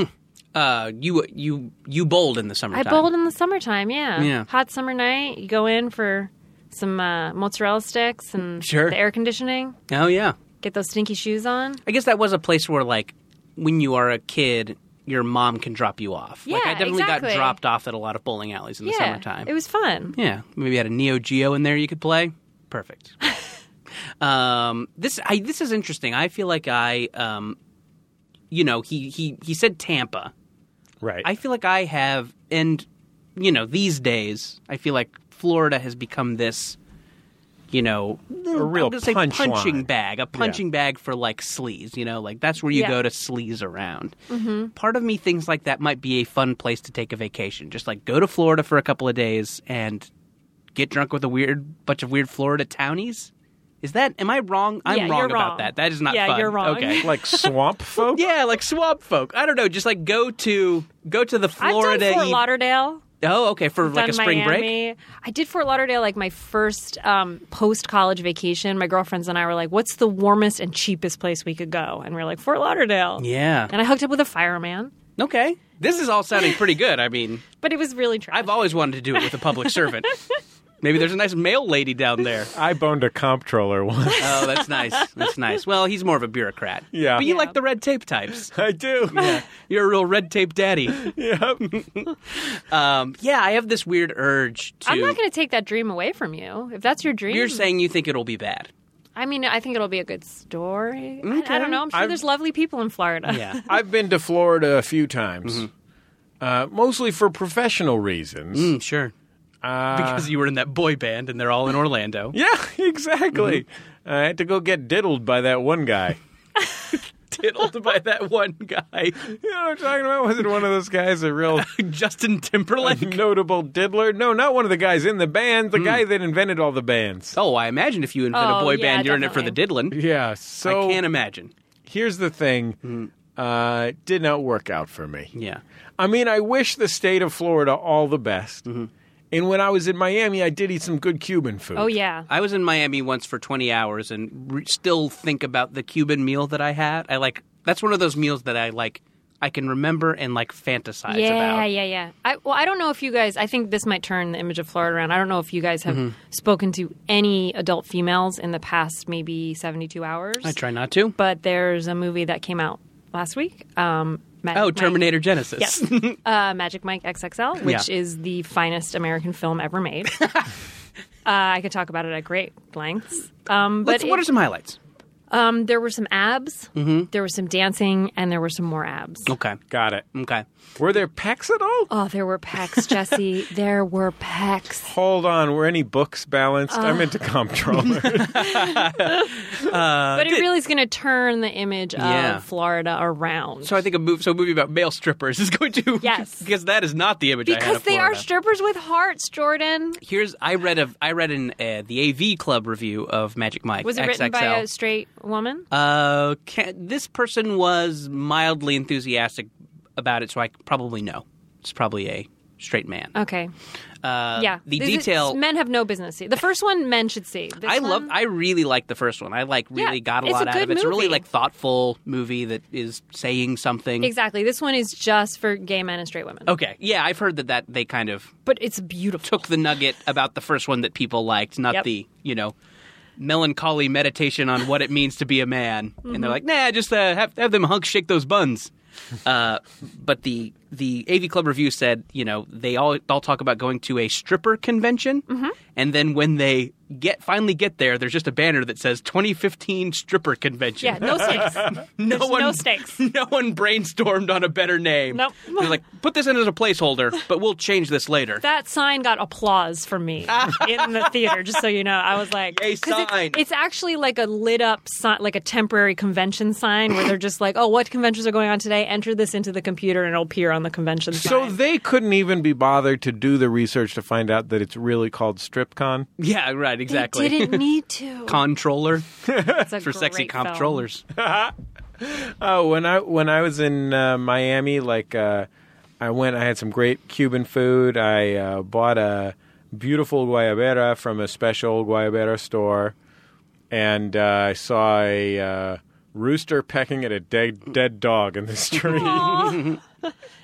Uh, you you you bowled in the I summertime. bowled in the summertime. Yeah. Yeah. Hot summer night. You go in for some uh, mozzarella sticks and Sure. the air conditioning. Oh yeah. Get those stinky shoes on. I guess that was a place where like when you are a kid, your mom can drop you off. like I Yeah, definitely exactly. got dropped off at a lot of bowling alleys in the yeah. summertime. It was fun. Yeah, maybe you had a Neo Geo in there you could play. Perfect. um, this I, this is interesting. I feel like I, um, you know, he he he said Tampa. right. I feel like I have, and you know, these days I feel like Florida has become this, you know, a real I'm gonna say punch punching line. bag, a punching bag for like sleaze. You know, like that's where you Yeah. go to sleaze around. Mm-hmm. Part of me thinks like that might be a fun place to take a vacation. Just like go to Florida for a couple of days and get drunk with a weird bunch of weird Florida townies. Is that? Am I wrong? I'm Yeah, wrong you're about wrong. that. That is not Yeah, fun. you're wrong. Okay. like swamp folk? Yeah, like swamp folk. I don't know. Just like go to go to the Florida. I've done Fort Lauderdale. Oh, okay, for like a done spring break. Miami. I did Fort Lauderdale like my first um, post college vacation. My girlfriends and I were like, "What's the warmest and cheapest place we could go?" And we are like, "Fort Lauderdale." Yeah. And I hooked up with a fireman, Okay. This is all sounding pretty good. I mean, but it was really trash. I've always wanted to do it with a public servant. Maybe there's a nice mail lady down there. I boned a comptroller once. Oh, that's nice. That's nice. Well, he's more of a bureaucrat. Yeah. But you Yeah. like the red tape types. I do. You're a real red tape daddy. Yeah. um, yeah, I have this weird urge to. I'm not going to take that dream away from you. If that's your dream, You're saying you think it'll be bad. I mean, I think it'll be a good story. I- I, don't know. I'm sure I've- there's lovely people in Florida. Yeah. I've been to Florida a few times, Mm-hmm. uh, mostly for professional reasons. Mm, sure. because you were in that boy band and they're all in Orlando. Yeah, exactly. Mm-hmm. I had to go get diddled by that one guy. diddled by that one guy, you know what I'm talking about? Wasn't one of those guys a real Justin Timberlake. notable diddler? No, not one of the guys in the band. The guy that invented all the bands. Hmm. Oh, I imagine if you invent a Oh, boy yeah, band, you're in it for the diddling. Yeah. So I can't imagine. here's the thing. Uh, it did not work out for me. Yeah. I mean, I wish the state of Florida all the best. Mm-hmm. And when I was in Miami, I did eat some good Cuban food. Oh yeah. I was in Miami once for 20 hours and re- still think about the Cuban meal that I had. I like that's one of those meals that I like I can remember and like fantasize yeah, Uh, about. yeah, yeah. I, well, I don't know if you guys. I think this might turn the image of Florida around. I don't know if you guys have Mm-hmm. spoken to any adult females in the past maybe seventy-two hours. I try not to. Oh, But there's a movie that came out last week. Um, Magic Oh, Mike- Terminator Genesis. Yes, uh, Magic Mike XXL, which Yeah. is the finest American film ever made. uh, I could talk about it at great lengths. Um, but Let's- what it- are some highlights? um, there were some abs, Mm-hmm. there was some dancing, and there were some more abs. Okay. Got it. Okay. Were there pecs at all? Oh, there were pecs, Jesse. there were pecs. Hold on. Were any books balanced? I'm into Uh. comptroller. but it really is going to turn the image Uh, Yeah. of Florida around. So I think a move so a movie about male strippers is going to Yes. because that is not the image I had because of they are Florida. strippers with hearts, Jordan. Here's I read of I read in uh, the AV Club review of Magic Mike. Was it XXL. written by a straight woman? Uh, can, this person was mildly enthusiastic about it, so I probably know. It's probably a straight man. Okay. Uh, Uh, yeah. The This is- detail. Men have no business. See. The first one, men should see. This I love. one- I really like the first one. I like really Yeah, got a it's lot a out good of it. It's a really movie. like thoughtful movie that is saying something. exactly. This one is just for gay men and straight women. Okay. Yeah, I've heard that that they kind of But it's beautiful. Oh. took the nugget about the first one that people liked, not Yep. the you know melancholy meditation on what it means to be a man. Mm-hmm. And they're like, nah, just uh, have have them hunks shake those buns. Uh, but the the AV Club review said, you know, they all all talk about going to a stripper convention, Mm-hmm. and then when they get finally get there, there's just a banner that says 2015 stripper convention. Yeah. No stakes. no There's no stakes. No one brainstormed on a better name. Nope. They're like, put this in as a placeholder, but we'll change this later. that sign got applause from me in the theater. Just so you know, I was like, Yay, 'cause it's- sign. It's, actually like a lit up sign, like a temporary convention sign where they're just like, oh, what conventions are going on today? Enter this into the computer and it'll appear on the convention So sign. they couldn't even be bothered to do the research to find out that it's really called StripCon. Yeah, right, exactly. They didn't need to. Controller It's a for sexy great film. comptrollers. Oh, when I when I was in uh, Miami, like uh, I went, I had some great Cuban food. I uh, bought a beautiful guayabera from a special guayabera store, and uh, I saw a uh, rooster pecking at a dead dead dog in the street.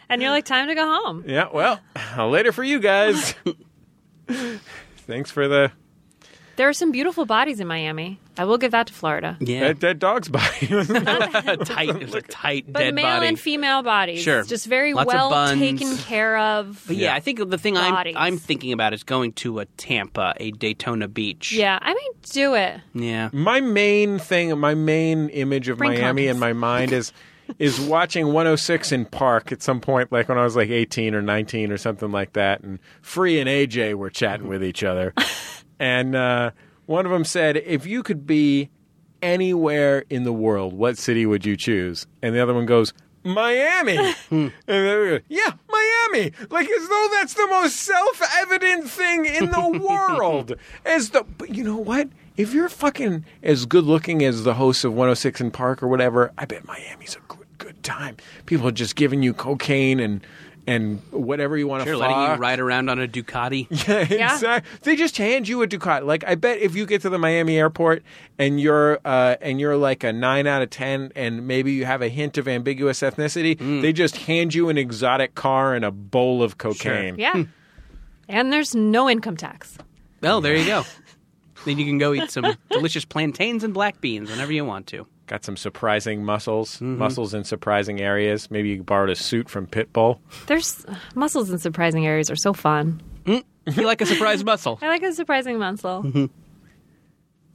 And you're like, time to go home. yeah, well, later for you guys. Thanks for the There are some beautiful bodies in Miami. I will give that to Florida. Yeah, that dead dog's body. tight. It was a tight But dead male body. and female bodies, Sure. just very Lots of well buns. taken care of. but yeah, I think the thing I'm, Bodies. I'm thinking about is going to a Tampa, a Daytona Beach. Yeah, I mean, do it. yeah. my main thing, my main image of Bring Miami condoms. in my mind is is watching 106 in Park at some point, like when I was like 18 or 19 or something like that, and Free and AJ were chatting with each other, and uh, one of them said, "If you could be anywhere in the world, what city would you choose?" And the other one goes. Miami, Hmm. and they were, yeah, Miami. Like as though that's the most self-evident thing in the world. As the, but you know what? If you're fucking as good looking as the host of 106 in Park or whatever, I bet Miami's a good, good time. People are just giving you cocaine and and whatever you want They're to letting you ride around on a Ducati. They just hand you a Ducati. Like I bet if you get to the Miami airport and you're uh, and you're like a nine out of ten, and maybe you have a hint of ambiguous ethnicity, they just hand you an exotic car and a bowl of cocaine. Yeah. and there's no income tax. Well, Oh, there you go. then you can go eat some delicious plantains and black beans whenever you want to. Got some surprising muscles, muscles in surprising areas. Maybe you borrowed a suit from Pitbull. There's muscles in surprising areas are so fun. You like a surprise muscle. I like a surprising muscle.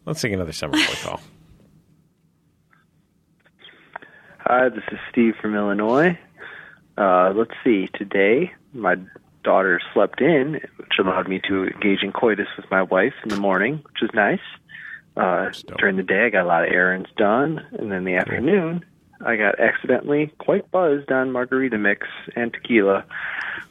Let's take another summer boy call. Hi, this is Steve from Illinois. Uh, let's see. Today, my daughter slept in, which allowed me to engage in coitus with my wife in the morning, which is nice. Uh, during the day, I got a lot of errands done, and then the afternoon, I got accidentally quite buzzed on margarita mix and tequila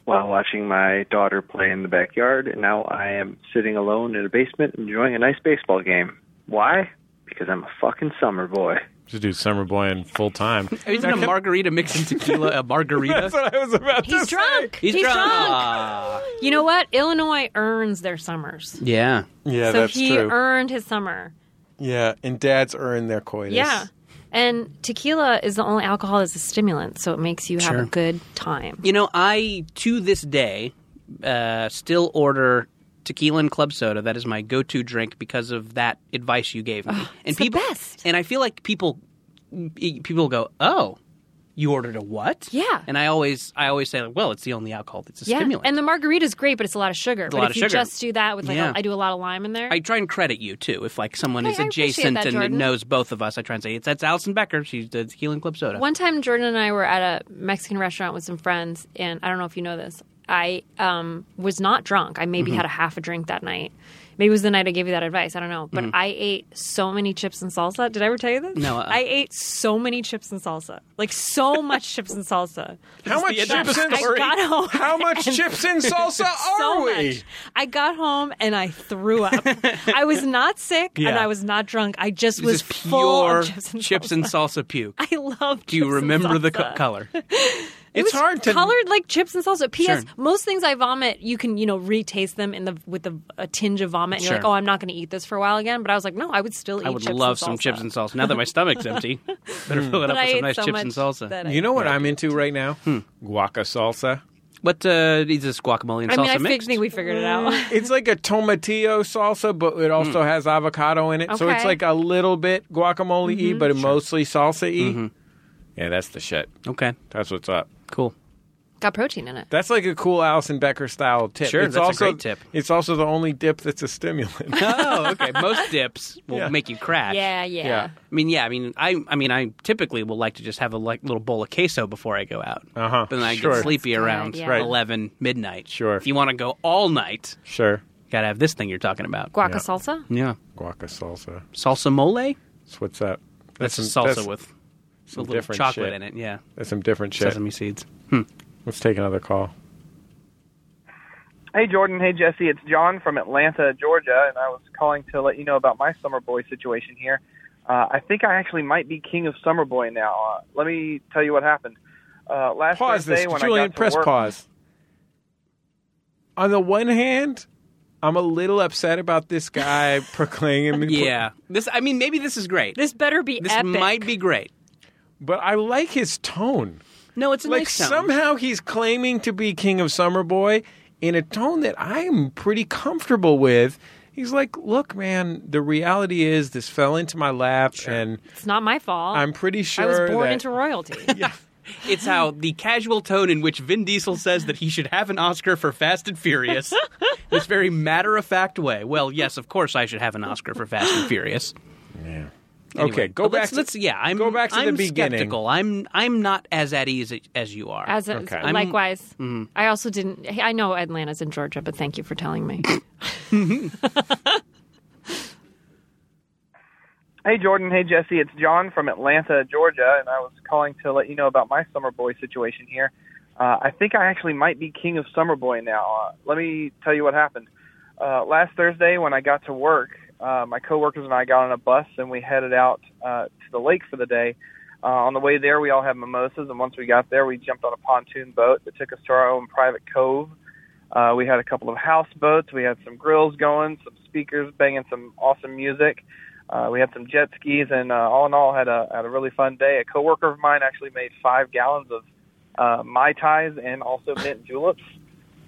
while watching my daughter play in the backyard. And now I am sitting alone in a basement enjoying a nice baseball game. Why? Because I'm a fucking summer boy. Just do summer boy in full time. Isn't a margarita mixing tequila a margarita? I was about He's drunk. He's drunk. Ah. You know what? Illinois earns their summers. Yeah. Yeah, so that's he true. earned his summer. yeah, and dads earn their coitus. Yeah. And tequila is the only alcohol that's a stimulant, so it makes you have a good time. You know, I to this day uh, still order tequila and club soda. That is my go-to drink because of that advice you gave me. and Ah, it's the people, best. And I feel like people people go, "Oh, you ordered a what?" Yeah. And I always I always say, like, "Well, it's the only alcohol that's a Yeah. stimulant." And the margarita's great, but it's a lot of sugar. but lot if of you sugar. just do that with like Yeah. a, I do a lot of lime in there. I try and credit you too. If like someone Hey, is I appreciate adjacent that, and Jordan. knows both of us, I try and say it's that's Allison Becker. She's the tequila and club soda. One time, Jordan and I were at a Mexican restaurant with some friends, and I don't know if you know this. I um, was not drunk. I Mm-hmm. maybe had a half a drink that night. Maybe it was the night I gave you that advice. I don't know. But I ate so many chips and salsa. Did I ever tell you this? Mm. No, uh-uh. I ate so many chips and salsa. Like so much chips and salsa. How much the end of chips the and story. I got home How much and- chips and salsa are so we? much. I got home and I threw up. I was not sick and Yeah. I was not drunk. I just This was is full pure of chips and salsa. salsa puke. I love. Do you remember the co- color? It's was hard to colored like chips and salsa. P.S. Sure. Most things I vomit, you can you know retaste them in the with the, a tinge of vomit, and you're Sure. like, oh, I'm not going to eat this for a while again. But I was like, no, I would still eat. I would chips love and some salsa. chips and salsa. Now that my stomach's empty, better fill it But up I with some ate nice so chips much and salsa. that I- You know what I'm into right now? Hmm. Guaca salsa. What uh, is this guacamole and I mean, salsa Mm. I mixed? think we figured it out. It's like a tomatillo salsa, but it Hmm. also has avocado in it. So it's Okay. Mm-hmm. like a little bit guacamole y, but it mostly salsa y. Mm-hmm. Yeah, that's the shit. okay, That's what's up. cool. Got protein in it. That's like a cool Alison Becker style tip. Sure, it's that's a also, great tip. It's also the only dip that's a stimulant. Oh, okay. Most dips will Yeah. make you crash. Yeah, yeah. Yeah. I mean, yeah. I mean, I, I mean, I typically will like to just have a like little bowl of queso before I go out. Uh-huh. But then I Sure. get sleepy around yeah. Right. eleven midnight. Sure. If you want to go all night, sure. gotta have this thing you're talking about. Guaca salsa. yeah. Guaca salsa. Salsa mole. That's what's up. That's, a some- salsa that's- with with a some little different chocolate shit. in it. Yeah. That's some different shit. Sesame seeds. Let's take another call. Hey, Jordan. Hey, Jesse. It's John from Atlanta, Georgia, and I was calling to let you know about my summer boy situation here. Uh, I think I actually might be king of summer boy now. Uh, let me tell you what happened. Uh, last Pause Thursday this, when I Julian. got to Press work, pause. On the one hand, I'm a little upset about this guy proclaiming. Yeah. This. I mean, maybe this is great. This better be This epic. might be great. but I like his tone. No, it's a like nice sound. somehow he's claiming to be king of summer boy in a tone that i'm pretty comfortable with he's like look man the reality is this fell into my lap and It's not my fault. i'm pretty sure I was born that into royalty. It's how the casual tone in which Vin Diesel says that he should have an Oscar for Fast and Furious, this very matter of fact way. Well, yes, of course I should have an Oscar for Fast and Furious. Anyway, okay go but back Let's, to, let's- yeah, I'm go back to I'm the beginning Skeptical. I'm I'm not as at ease as you are. As a, Okay. I'm- likewise, Mm-hmm. I also didn't. hey, I know Atlanta's in Georgia, but thank you for telling me. Hey, Jordan. Hey, Jesse. It's John from Atlanta, Georgia, and I was calling to let you know about my summer boy situation here. Uh, I think I actually might be king of summer boy now. Uh, let me tell you what happened. Uh, last Thursday, when I got to work, uh, my coworkers and I got on a bus and we headed out uh, to the lake for the day. Uh, on the way there, we all had mimosas, and once we got there, we jumped on a pontoon boat that took us to our own private cove. Uh, we had a couple of house boats. We had some grills going, some speakers banging some awesome music. Uh, we had some jet skis, and uh, all in all, had a had a really fun day. A coworker of mine actually made five gallons of uh, mai tais and also mint juleps.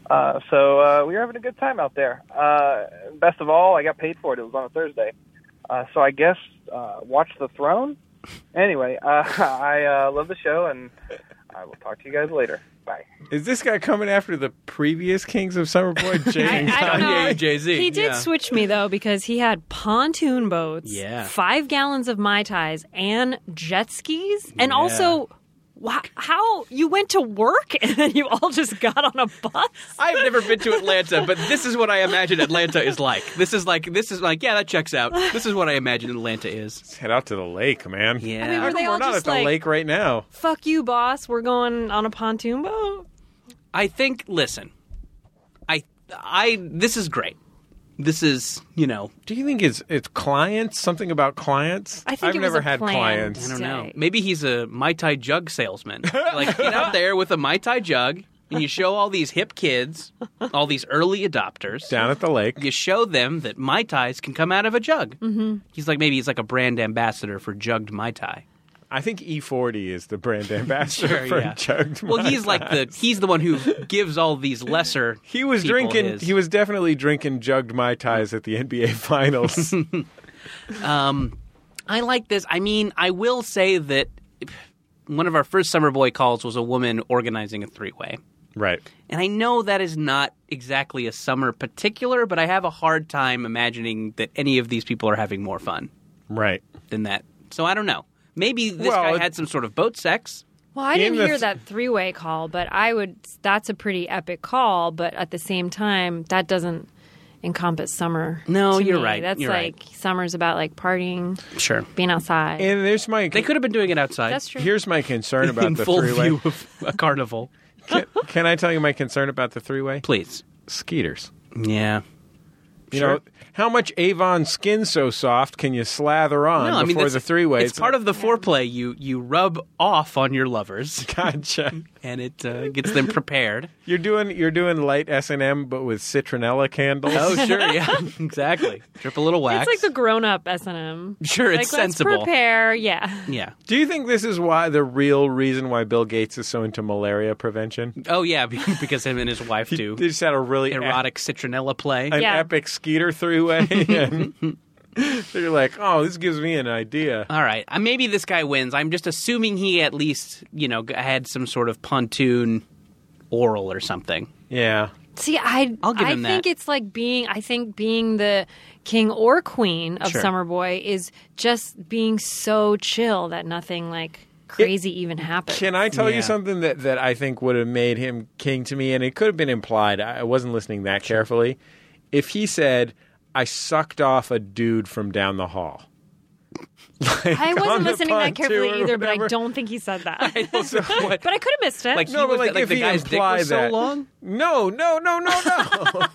Uh, so uh, we were having a good time out there. Uh, best of all, I got paid for it. It was on a Thursday, uh, so I guess uh, watch the throne. Anyway, uh, I uh, love the show, and I will talk to you guys later. Bye. is this guay coming after the previous kings of summer boy jay I, and I don't Kanye? know. and Jay-Z, He did yeah. switch me though because he had pontoon boats, Yeah. five gallons of mai tais, and jet skis, and also. Wow, how you went to work and then you all just got on a bus? I've never been to Atlanta, but this is what I imagine Atlanta is like. This is like this is like yeah, that checks out. This is what I imagine Atlanta is. let's head out to the lake man Yeah. I mean, How were come they we're all not at just the like, lake right now "Fuck you, boss, we're going on a pontoon boat"? I think. Listen, I, I. This is great. This is you know. do you think it's it's clients something about clients I think i've it was never a had plan. clients I don't know. Right. Maybe he's a mai tai jug salesman. like get out there with a mai tai jug, and you show all these hip kids, all these early adopters. down at the lake You show them that mai tais can come out of a jug. Mm-hmm. He's like maybe he's like a brand ambassador for jugged mai tai. I think E40 is the brand ambassador Sure, for yeah. Chugged Well, Mai he's like the he's the one who gives all these lesser. He was people drinking. his- He was definitely drinking jugged mai tais at the NBA finals. I like this. I mean, I will say that one of our first summer boy calls was a woman organizing a three way. right. And I know that is not exactly a summer particular, but I have a hard time imagining that any of these people are having more fun Right. than that. So I don't know. Maybe this Well, guy it- had some sort of boat sex. Well, I In didn't the hear th- that three way call, but I would. That's a pretty epic call, but at the same time, that doesn't encompass summer. No, to you're me. right. That's You're like right. summer's about like partying, Sure. being outside. And there's my. They could have been doing it outside. that's true. Here's my concern about in the full three-way. view of a carnival. Can, can I tell you my concern about the three-way? Please. Skeeters. Yeah. You Sure. know, how much Avon Skin So Soft can you slather on no, I mean Uh, before that's- the three way? It's, part of the foreplay. You you rub off on your lovers, gotcha. and it uh, gets them prepared. You're doing you're doing light S and M, but with citronella candles. Oh, sure, yeah, exactly. Drip a little wax. It's like the grown-up S and M. sure, Like it's let's sensible. prepare. Yeah. Yeah. Do you think this is why the real reason why Bill Gates is so into malaria prevention? Oh, yeah, be- because him and his wife He, do they just had a really ep- erotic citronella play. an Yeah. epic skeeter three way. They're like, oh, this gives me an idea. All right, uh, maybe this guy wins. I'm just assuming he at least you know g- had some sort of pontoon oral or something. Yeah. See, I I'll give I him that. think it's like being I think being the king or queen of Sure. Summer Boy is just being so chill that nothing like crazy even happens. Can I tell Yeah. you something that, that I think would have made him king to me? And it could have been implied. I I wasn't listening that carefully. If he said, I sucked off a dude from down the hall. I on wasn't the listening pontoon that carefully or either, but I whatever. don't think he said that. So what- but I could have missed it. Like, no, he but was like, like if the he guy's dick implied was that. so long. No, no, no, no, no.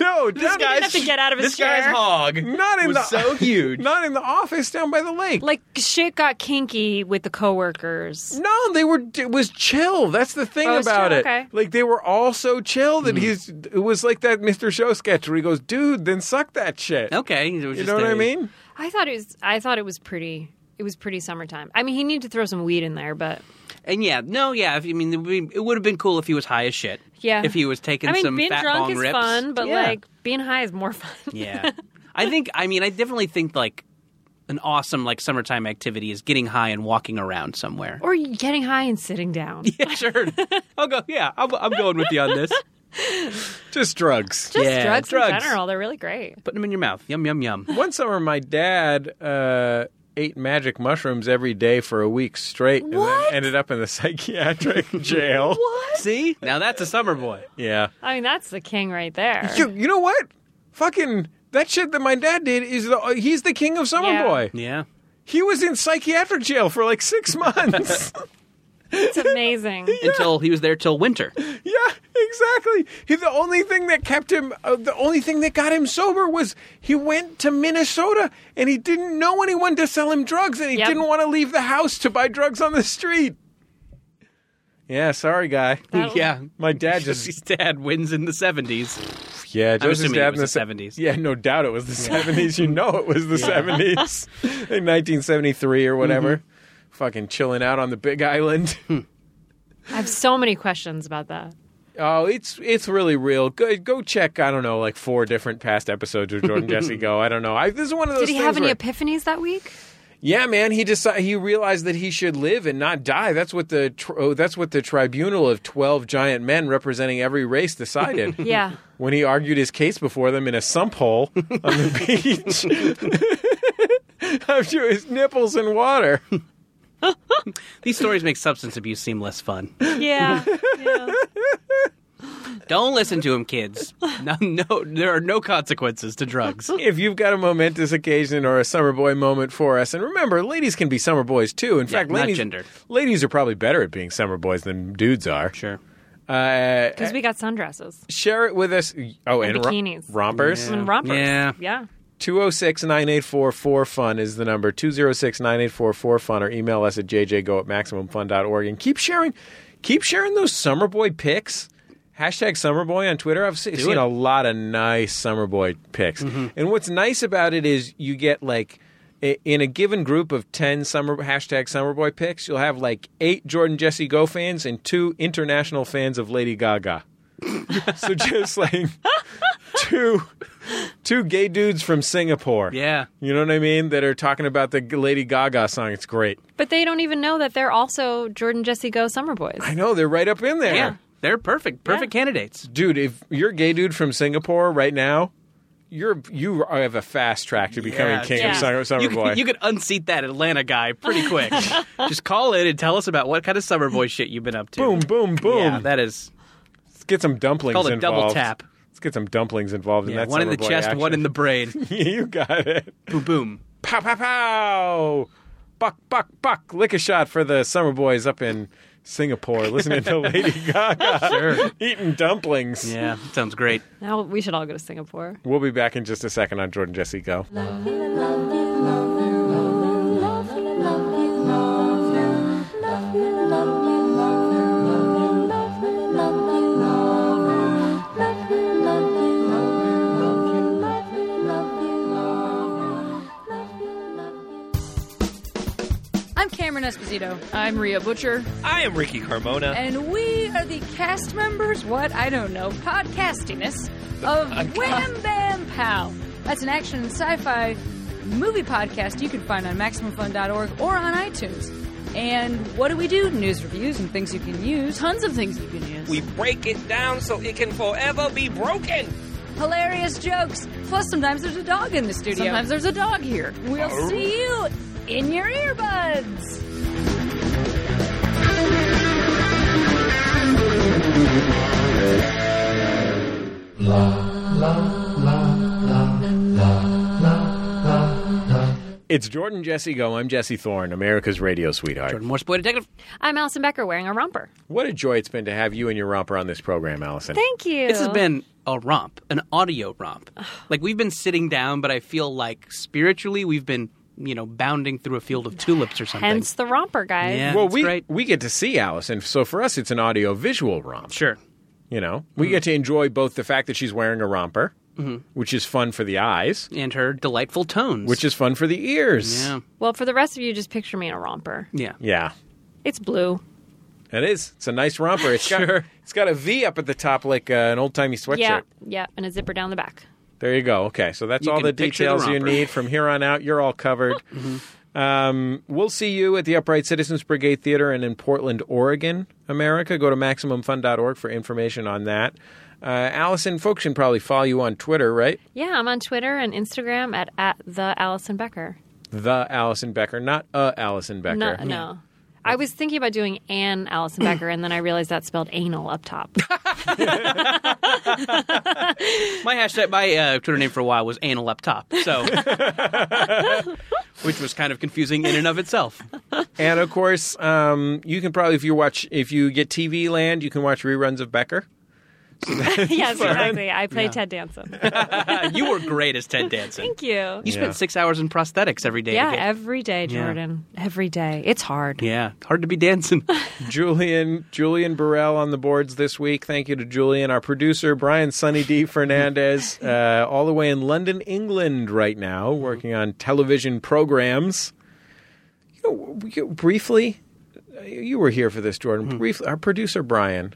no, this guy's- have to get out of this his guy's chair. hog. not in was the so huge. Not in the office down by the lake. like shit got kinky with the coworkers. No, they were. It was chill. That's the thing Oh, it was about chill, it. okay. Like they were all so chill that he's. It was like that Mr. Show sketch where he goes, "Dude, then suck that shit." Okay, it was You just know what a- I mean? I thought it was I thought it was pretty it was pretty summertime. I mean, he needed to throw some weed in there, but And yeah, no, yeah. If, I mean, it would be- it would have been cool if he was high as shit. Yeah. If he was taking I mean, some being fat drunk bong is rips. fun, but Yeah. like being high is more fun. yeah. I think. I mean, I definitely think like an awesome like summertime activity is getting high and walking around somewhere. or getting high and sitting down. yeah, sure. I'll go. Yeah, I'm, I'm going with you on this. Just drugs. Just Yeah, drugs, in drugs. general, they're really great. Put them in your mouth. Yum yum yum. One summer, my dad uh, ate magic mushrooms every day for a week straight, and What? then ended up in the psychiatric jail. See, now that's a summer boy. Yeah. I mean, that's the king right there. You, you know what? Fucking that shit that my dad did is the uh, he's the king of summer Yeah. boy. Yeah. He was in psychiatric jail for like six months. It's amazing. Until he was there till winter. Yeah, exactly. He, the only thing that kept him, uh, the only thing that got him sober was he went to Minnesota and he didn't know anyone to sell him drugs and he Yep. didn't want to leave the house to buy drugs on the street. Yeah, sorry, guy. That- yeah. My dad Jesse's just dad wins in the 70s. yeah, Joseph's assuming dad it was in the 70s. Yeah, no doubt it was the seventies. You know, it was the seventies, in nineteen seventy three or whatever. Fucking chilling out on the Big Island. I have so many questions about that. Oh, it's it's really real. Go, go check. I don't know, like four different past episodes of Jordan Jesse Go. I don't know. I, this is one of those. Did he things have any where- epiphanies that week? Yeah, man. He decided he realized that he should live and not die. That's what the tr- oh, that's what the tribunal of twelve giant men representing every race decided. Yeah. When he argued his case before them in a sump hole on the beach after his nipples in water. These stories make substance abuse seem less fun. Yeah. yeah. Don't listen to him, kids. No, no, there are no consequences to drugs. if you've got a momentous occasion or a summer boy moment for us, and remember, ladies can be summer boys too. In fact, not ladies, gendered. ladies are probably better at being summer boys than dudes are. Sure. Uh, Because we got sundresses share it with us. Oh, and, ro- bikinis. rompers. and rompers. Yeah. Yeah. 206 984 4FUN is the number. 206 984 4FUN or email us at jjgo at MaximumFun.org. And keep sharing, keep sharing those summer boy pics. Hashtag summer boy on Twitter. I've se- seen it. a lot of nice summer boy pics. And what's nice about it is you get like, i- in a given group of 10 summer hashtag summer boy pics, you'll have like eight Jordan Jesse Go fans and two international fans of Lady Gaga. so just like two two gay dudes from Singapore. Yeah. You know what I mean? That are talking about the Lady Gaga song. It's great. But they don't even know that they're also Jordan Jesse Go Summer Boys. I know they're right up in there. Yeah. They're perfect. Perfect candidates. Dude, if you're a gay dude from Singapore right now, you're you are- have a fast track to becoming Yeah, king yeah. of summer, summer you, boy. Could, you could unseat that Atlanta guy pretty quick. Just call in and tell us about what kind of summer boy shit you've been up to. boom, boom, boom. Yeah, that is Let's get some dumplings called a involved. double tap. Let's get some dumplings involved in Yeah, that. one in the summer boy chest, action. one in the brain. you got it. boom, boom. Pow pow pow. Buck buck buck. Lick a shot for the summer boys up in Singapore listening to Lady Gaga Sure. eating dumplings. Yeah, sounds great. Now we should all go to Singapore. We'll be back in just a second on Jordan Jesse Go. I'm Cameron Esposito. I'm Rhea Butcher. I am Ricky Carmona. And we are the cast members, what? I don't know, podcastiness of Wham Bam Pow. That's an action and sci fi movie podcast you can find on MaximumFun.org or on iTunes. And what do we do? News reviews and things you can use. Tons of things you can use. We break it down so it can forever be broken. Hilarious jokes. Plus, sometimes there's a dog in the studio. Sometimes there's a dog here. We'll see you in your earbuds. It's Jordan Jesse Go. I'm Jesse Thorne, America's radio sweetheart. Jordan Morse, boy detective. I'm Allison Becker wearing a romper. What a joy it's been to have you and your romper on this program, Allison. Thank you. This has been a romp, an audio romp. Like we've been sitting down, but I feel like spiritually we've been, you know, bounding through a field of tulips or something. hence the romper, guys. yeah, well, it's we great. we get to see Allison, so for us it's an audio visual romp. sure. You know, Mm-hmm. we get to enjoy both the fact that she's wearing a romper, which is fun for the eyes, And her delightful tones. which is fun for the ears. yeah, Well, for the rest of you, just picture me in a romper. yeah. yeah. It's blue. It is. It's a nice romper. It's got it's got a V up at the top like uh, an old timey sweatshirt. Yeah, yeah, and a zipper down the back. There you go. Okay, so that's You all can the picture the details you romper. Mm-hmm. need from here on out. You're all covered. um, we'll see you at the Upright Citizens Brigade Theater and in Portland, Oregon, America. Go to maximumfun.org for information on that. Uh, Allison, folks can probably follow you on Twitter, right? Yeah, I'm on Twitter and Instagram at, at the Allison Becker. The Allison Becker, not a Allison Becker. No, no. I was thinking about doing Ann Allison Becker, and then I realized that spelled anal up top. My hashtag, my uh, Twitter name for a while was anal up top, so which was kind of confusing in and of itself. And of course, um, you can probably if you watch if you get TV Land, you can watch reruns of Becker. yes, exactly. I play Ted Danson. Uh, you were great as Ted Danson. Thank you. You spent six hours in prosthetics every day. Yeah, to get- every day, Jordan. Every day. It's hard. yeah. Hard to be dancing. Uh-huh. Julian Julian Burrell on the boards this week. Thank you to Julian, our producer, Brian Sunny D Fernandez, uh, all the way in London, England, right now, Mm-hmm. working on television programs. You know, we- you- briefly, uh, you were here for this, Jordan. Mm-hmm. Briefly, our producer Brian,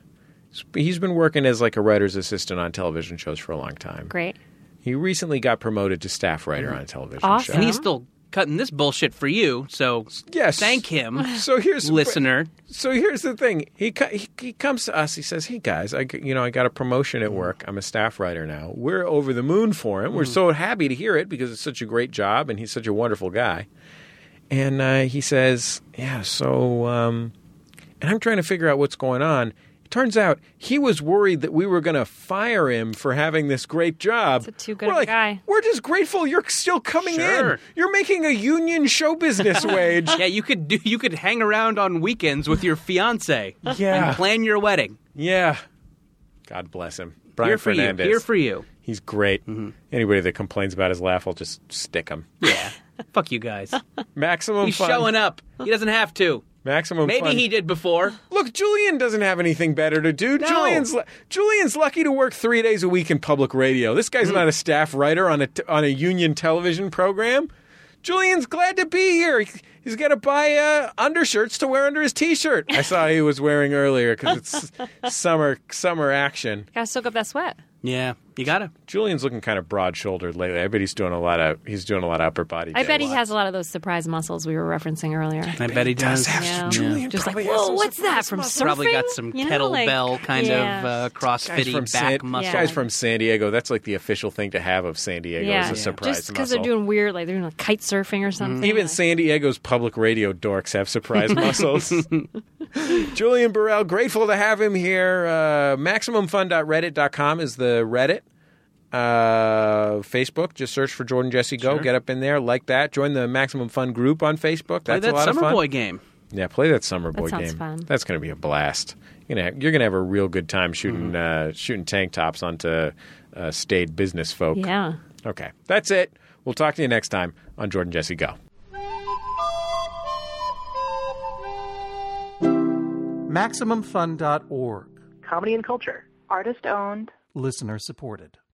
he's been working as like a writer's assistant on television shows for a long time. Great. Mm-hmm. He recently got promoted to staff writer on a television Awesome. show. and he's still cutting this bullshit for you. So Yes. thank him, So here's listener. So here's the thing. He, co- he he comes to us. He says, "Hey guys, I g- you know I got a promotion at work. I'm a staff writer now. We're over the moon for him. We're so happy to hear it because it's such a great job and he's such a wonderful guy." And uh, he says, "Yeah, so um, and I'm trying to figure out what's going on." It turns out he was worried that we were going to fire him for having this great job. It's a too good we're of a like, guy. We're just grateful you're still coming in. Sure. You're making a union show business wage. Yeah, you could do. You could hang around on weekends with your fiance Yeah. and plan your wedding. Yeah. God bless him. Brian Here for Fernandez. you. Mm-hmm. Here for you. He's great. Anybody that complains about his laugh, I'll just stick him. Yeah. Fuck you guys. Maximum He's fun. showing up. He doesn't have to. Maximum Maybe fun. he did before. Look, Julian doesn't have anything better to do. Julian's lu- Julian's lucky to work three days a week in public radio. This Mm-hmm. guy's not a staff writer on a t- on a union television program. Julian's glad to be here. He- He's got to buy uh, undershirts to wear under his t-shirt. I saw he was wearing earlier because it's summer summer action. Gotta soak up that sweat. Yeah, you gotta. Julian's looking kind of broad-shouldered lately. I bet he's doing a lot of he's doing a lot of upper body. I day. bet he has a lot of those surprise muscles we were referencing earlier. I bet he does. Yeah. Julian Just like, probably has whoa, some what's that from surfing? Probably got some You know, like- kettlebell kind Yeah. of uh, Guys crossfitty from, back San, muscle. guys from San Diego. That's like the official thing to have of San Diego is yeah, a surprise just because muscle. they're doing weird, like they're doing like kite surfing or something. Even like- San Diego's public radio dorks have surprise muscles. Julian Burrell, grateful to have him here. Uh, MaximumFun.reddit.com is the Reddit. Uh, Facebook, just search for Jordan Jesse Go. Get up in there, like that. Join the Maximum Fun group on Facebook. Play That's that a lot summer of fun. boy game. Yeah, play that Summer Boy sounds game. fun. That's going to be a blast. You're gonna have, you're gonna have a real good time shooting Mm-hmm. uh, shooting tank tops onto uh, staid business folk. Yeah. Okay, that's it. We'll talk to you next time on Jordan Jesse Go. MaximumFun.org. Comedy and culture. Artist owned. Listener supported.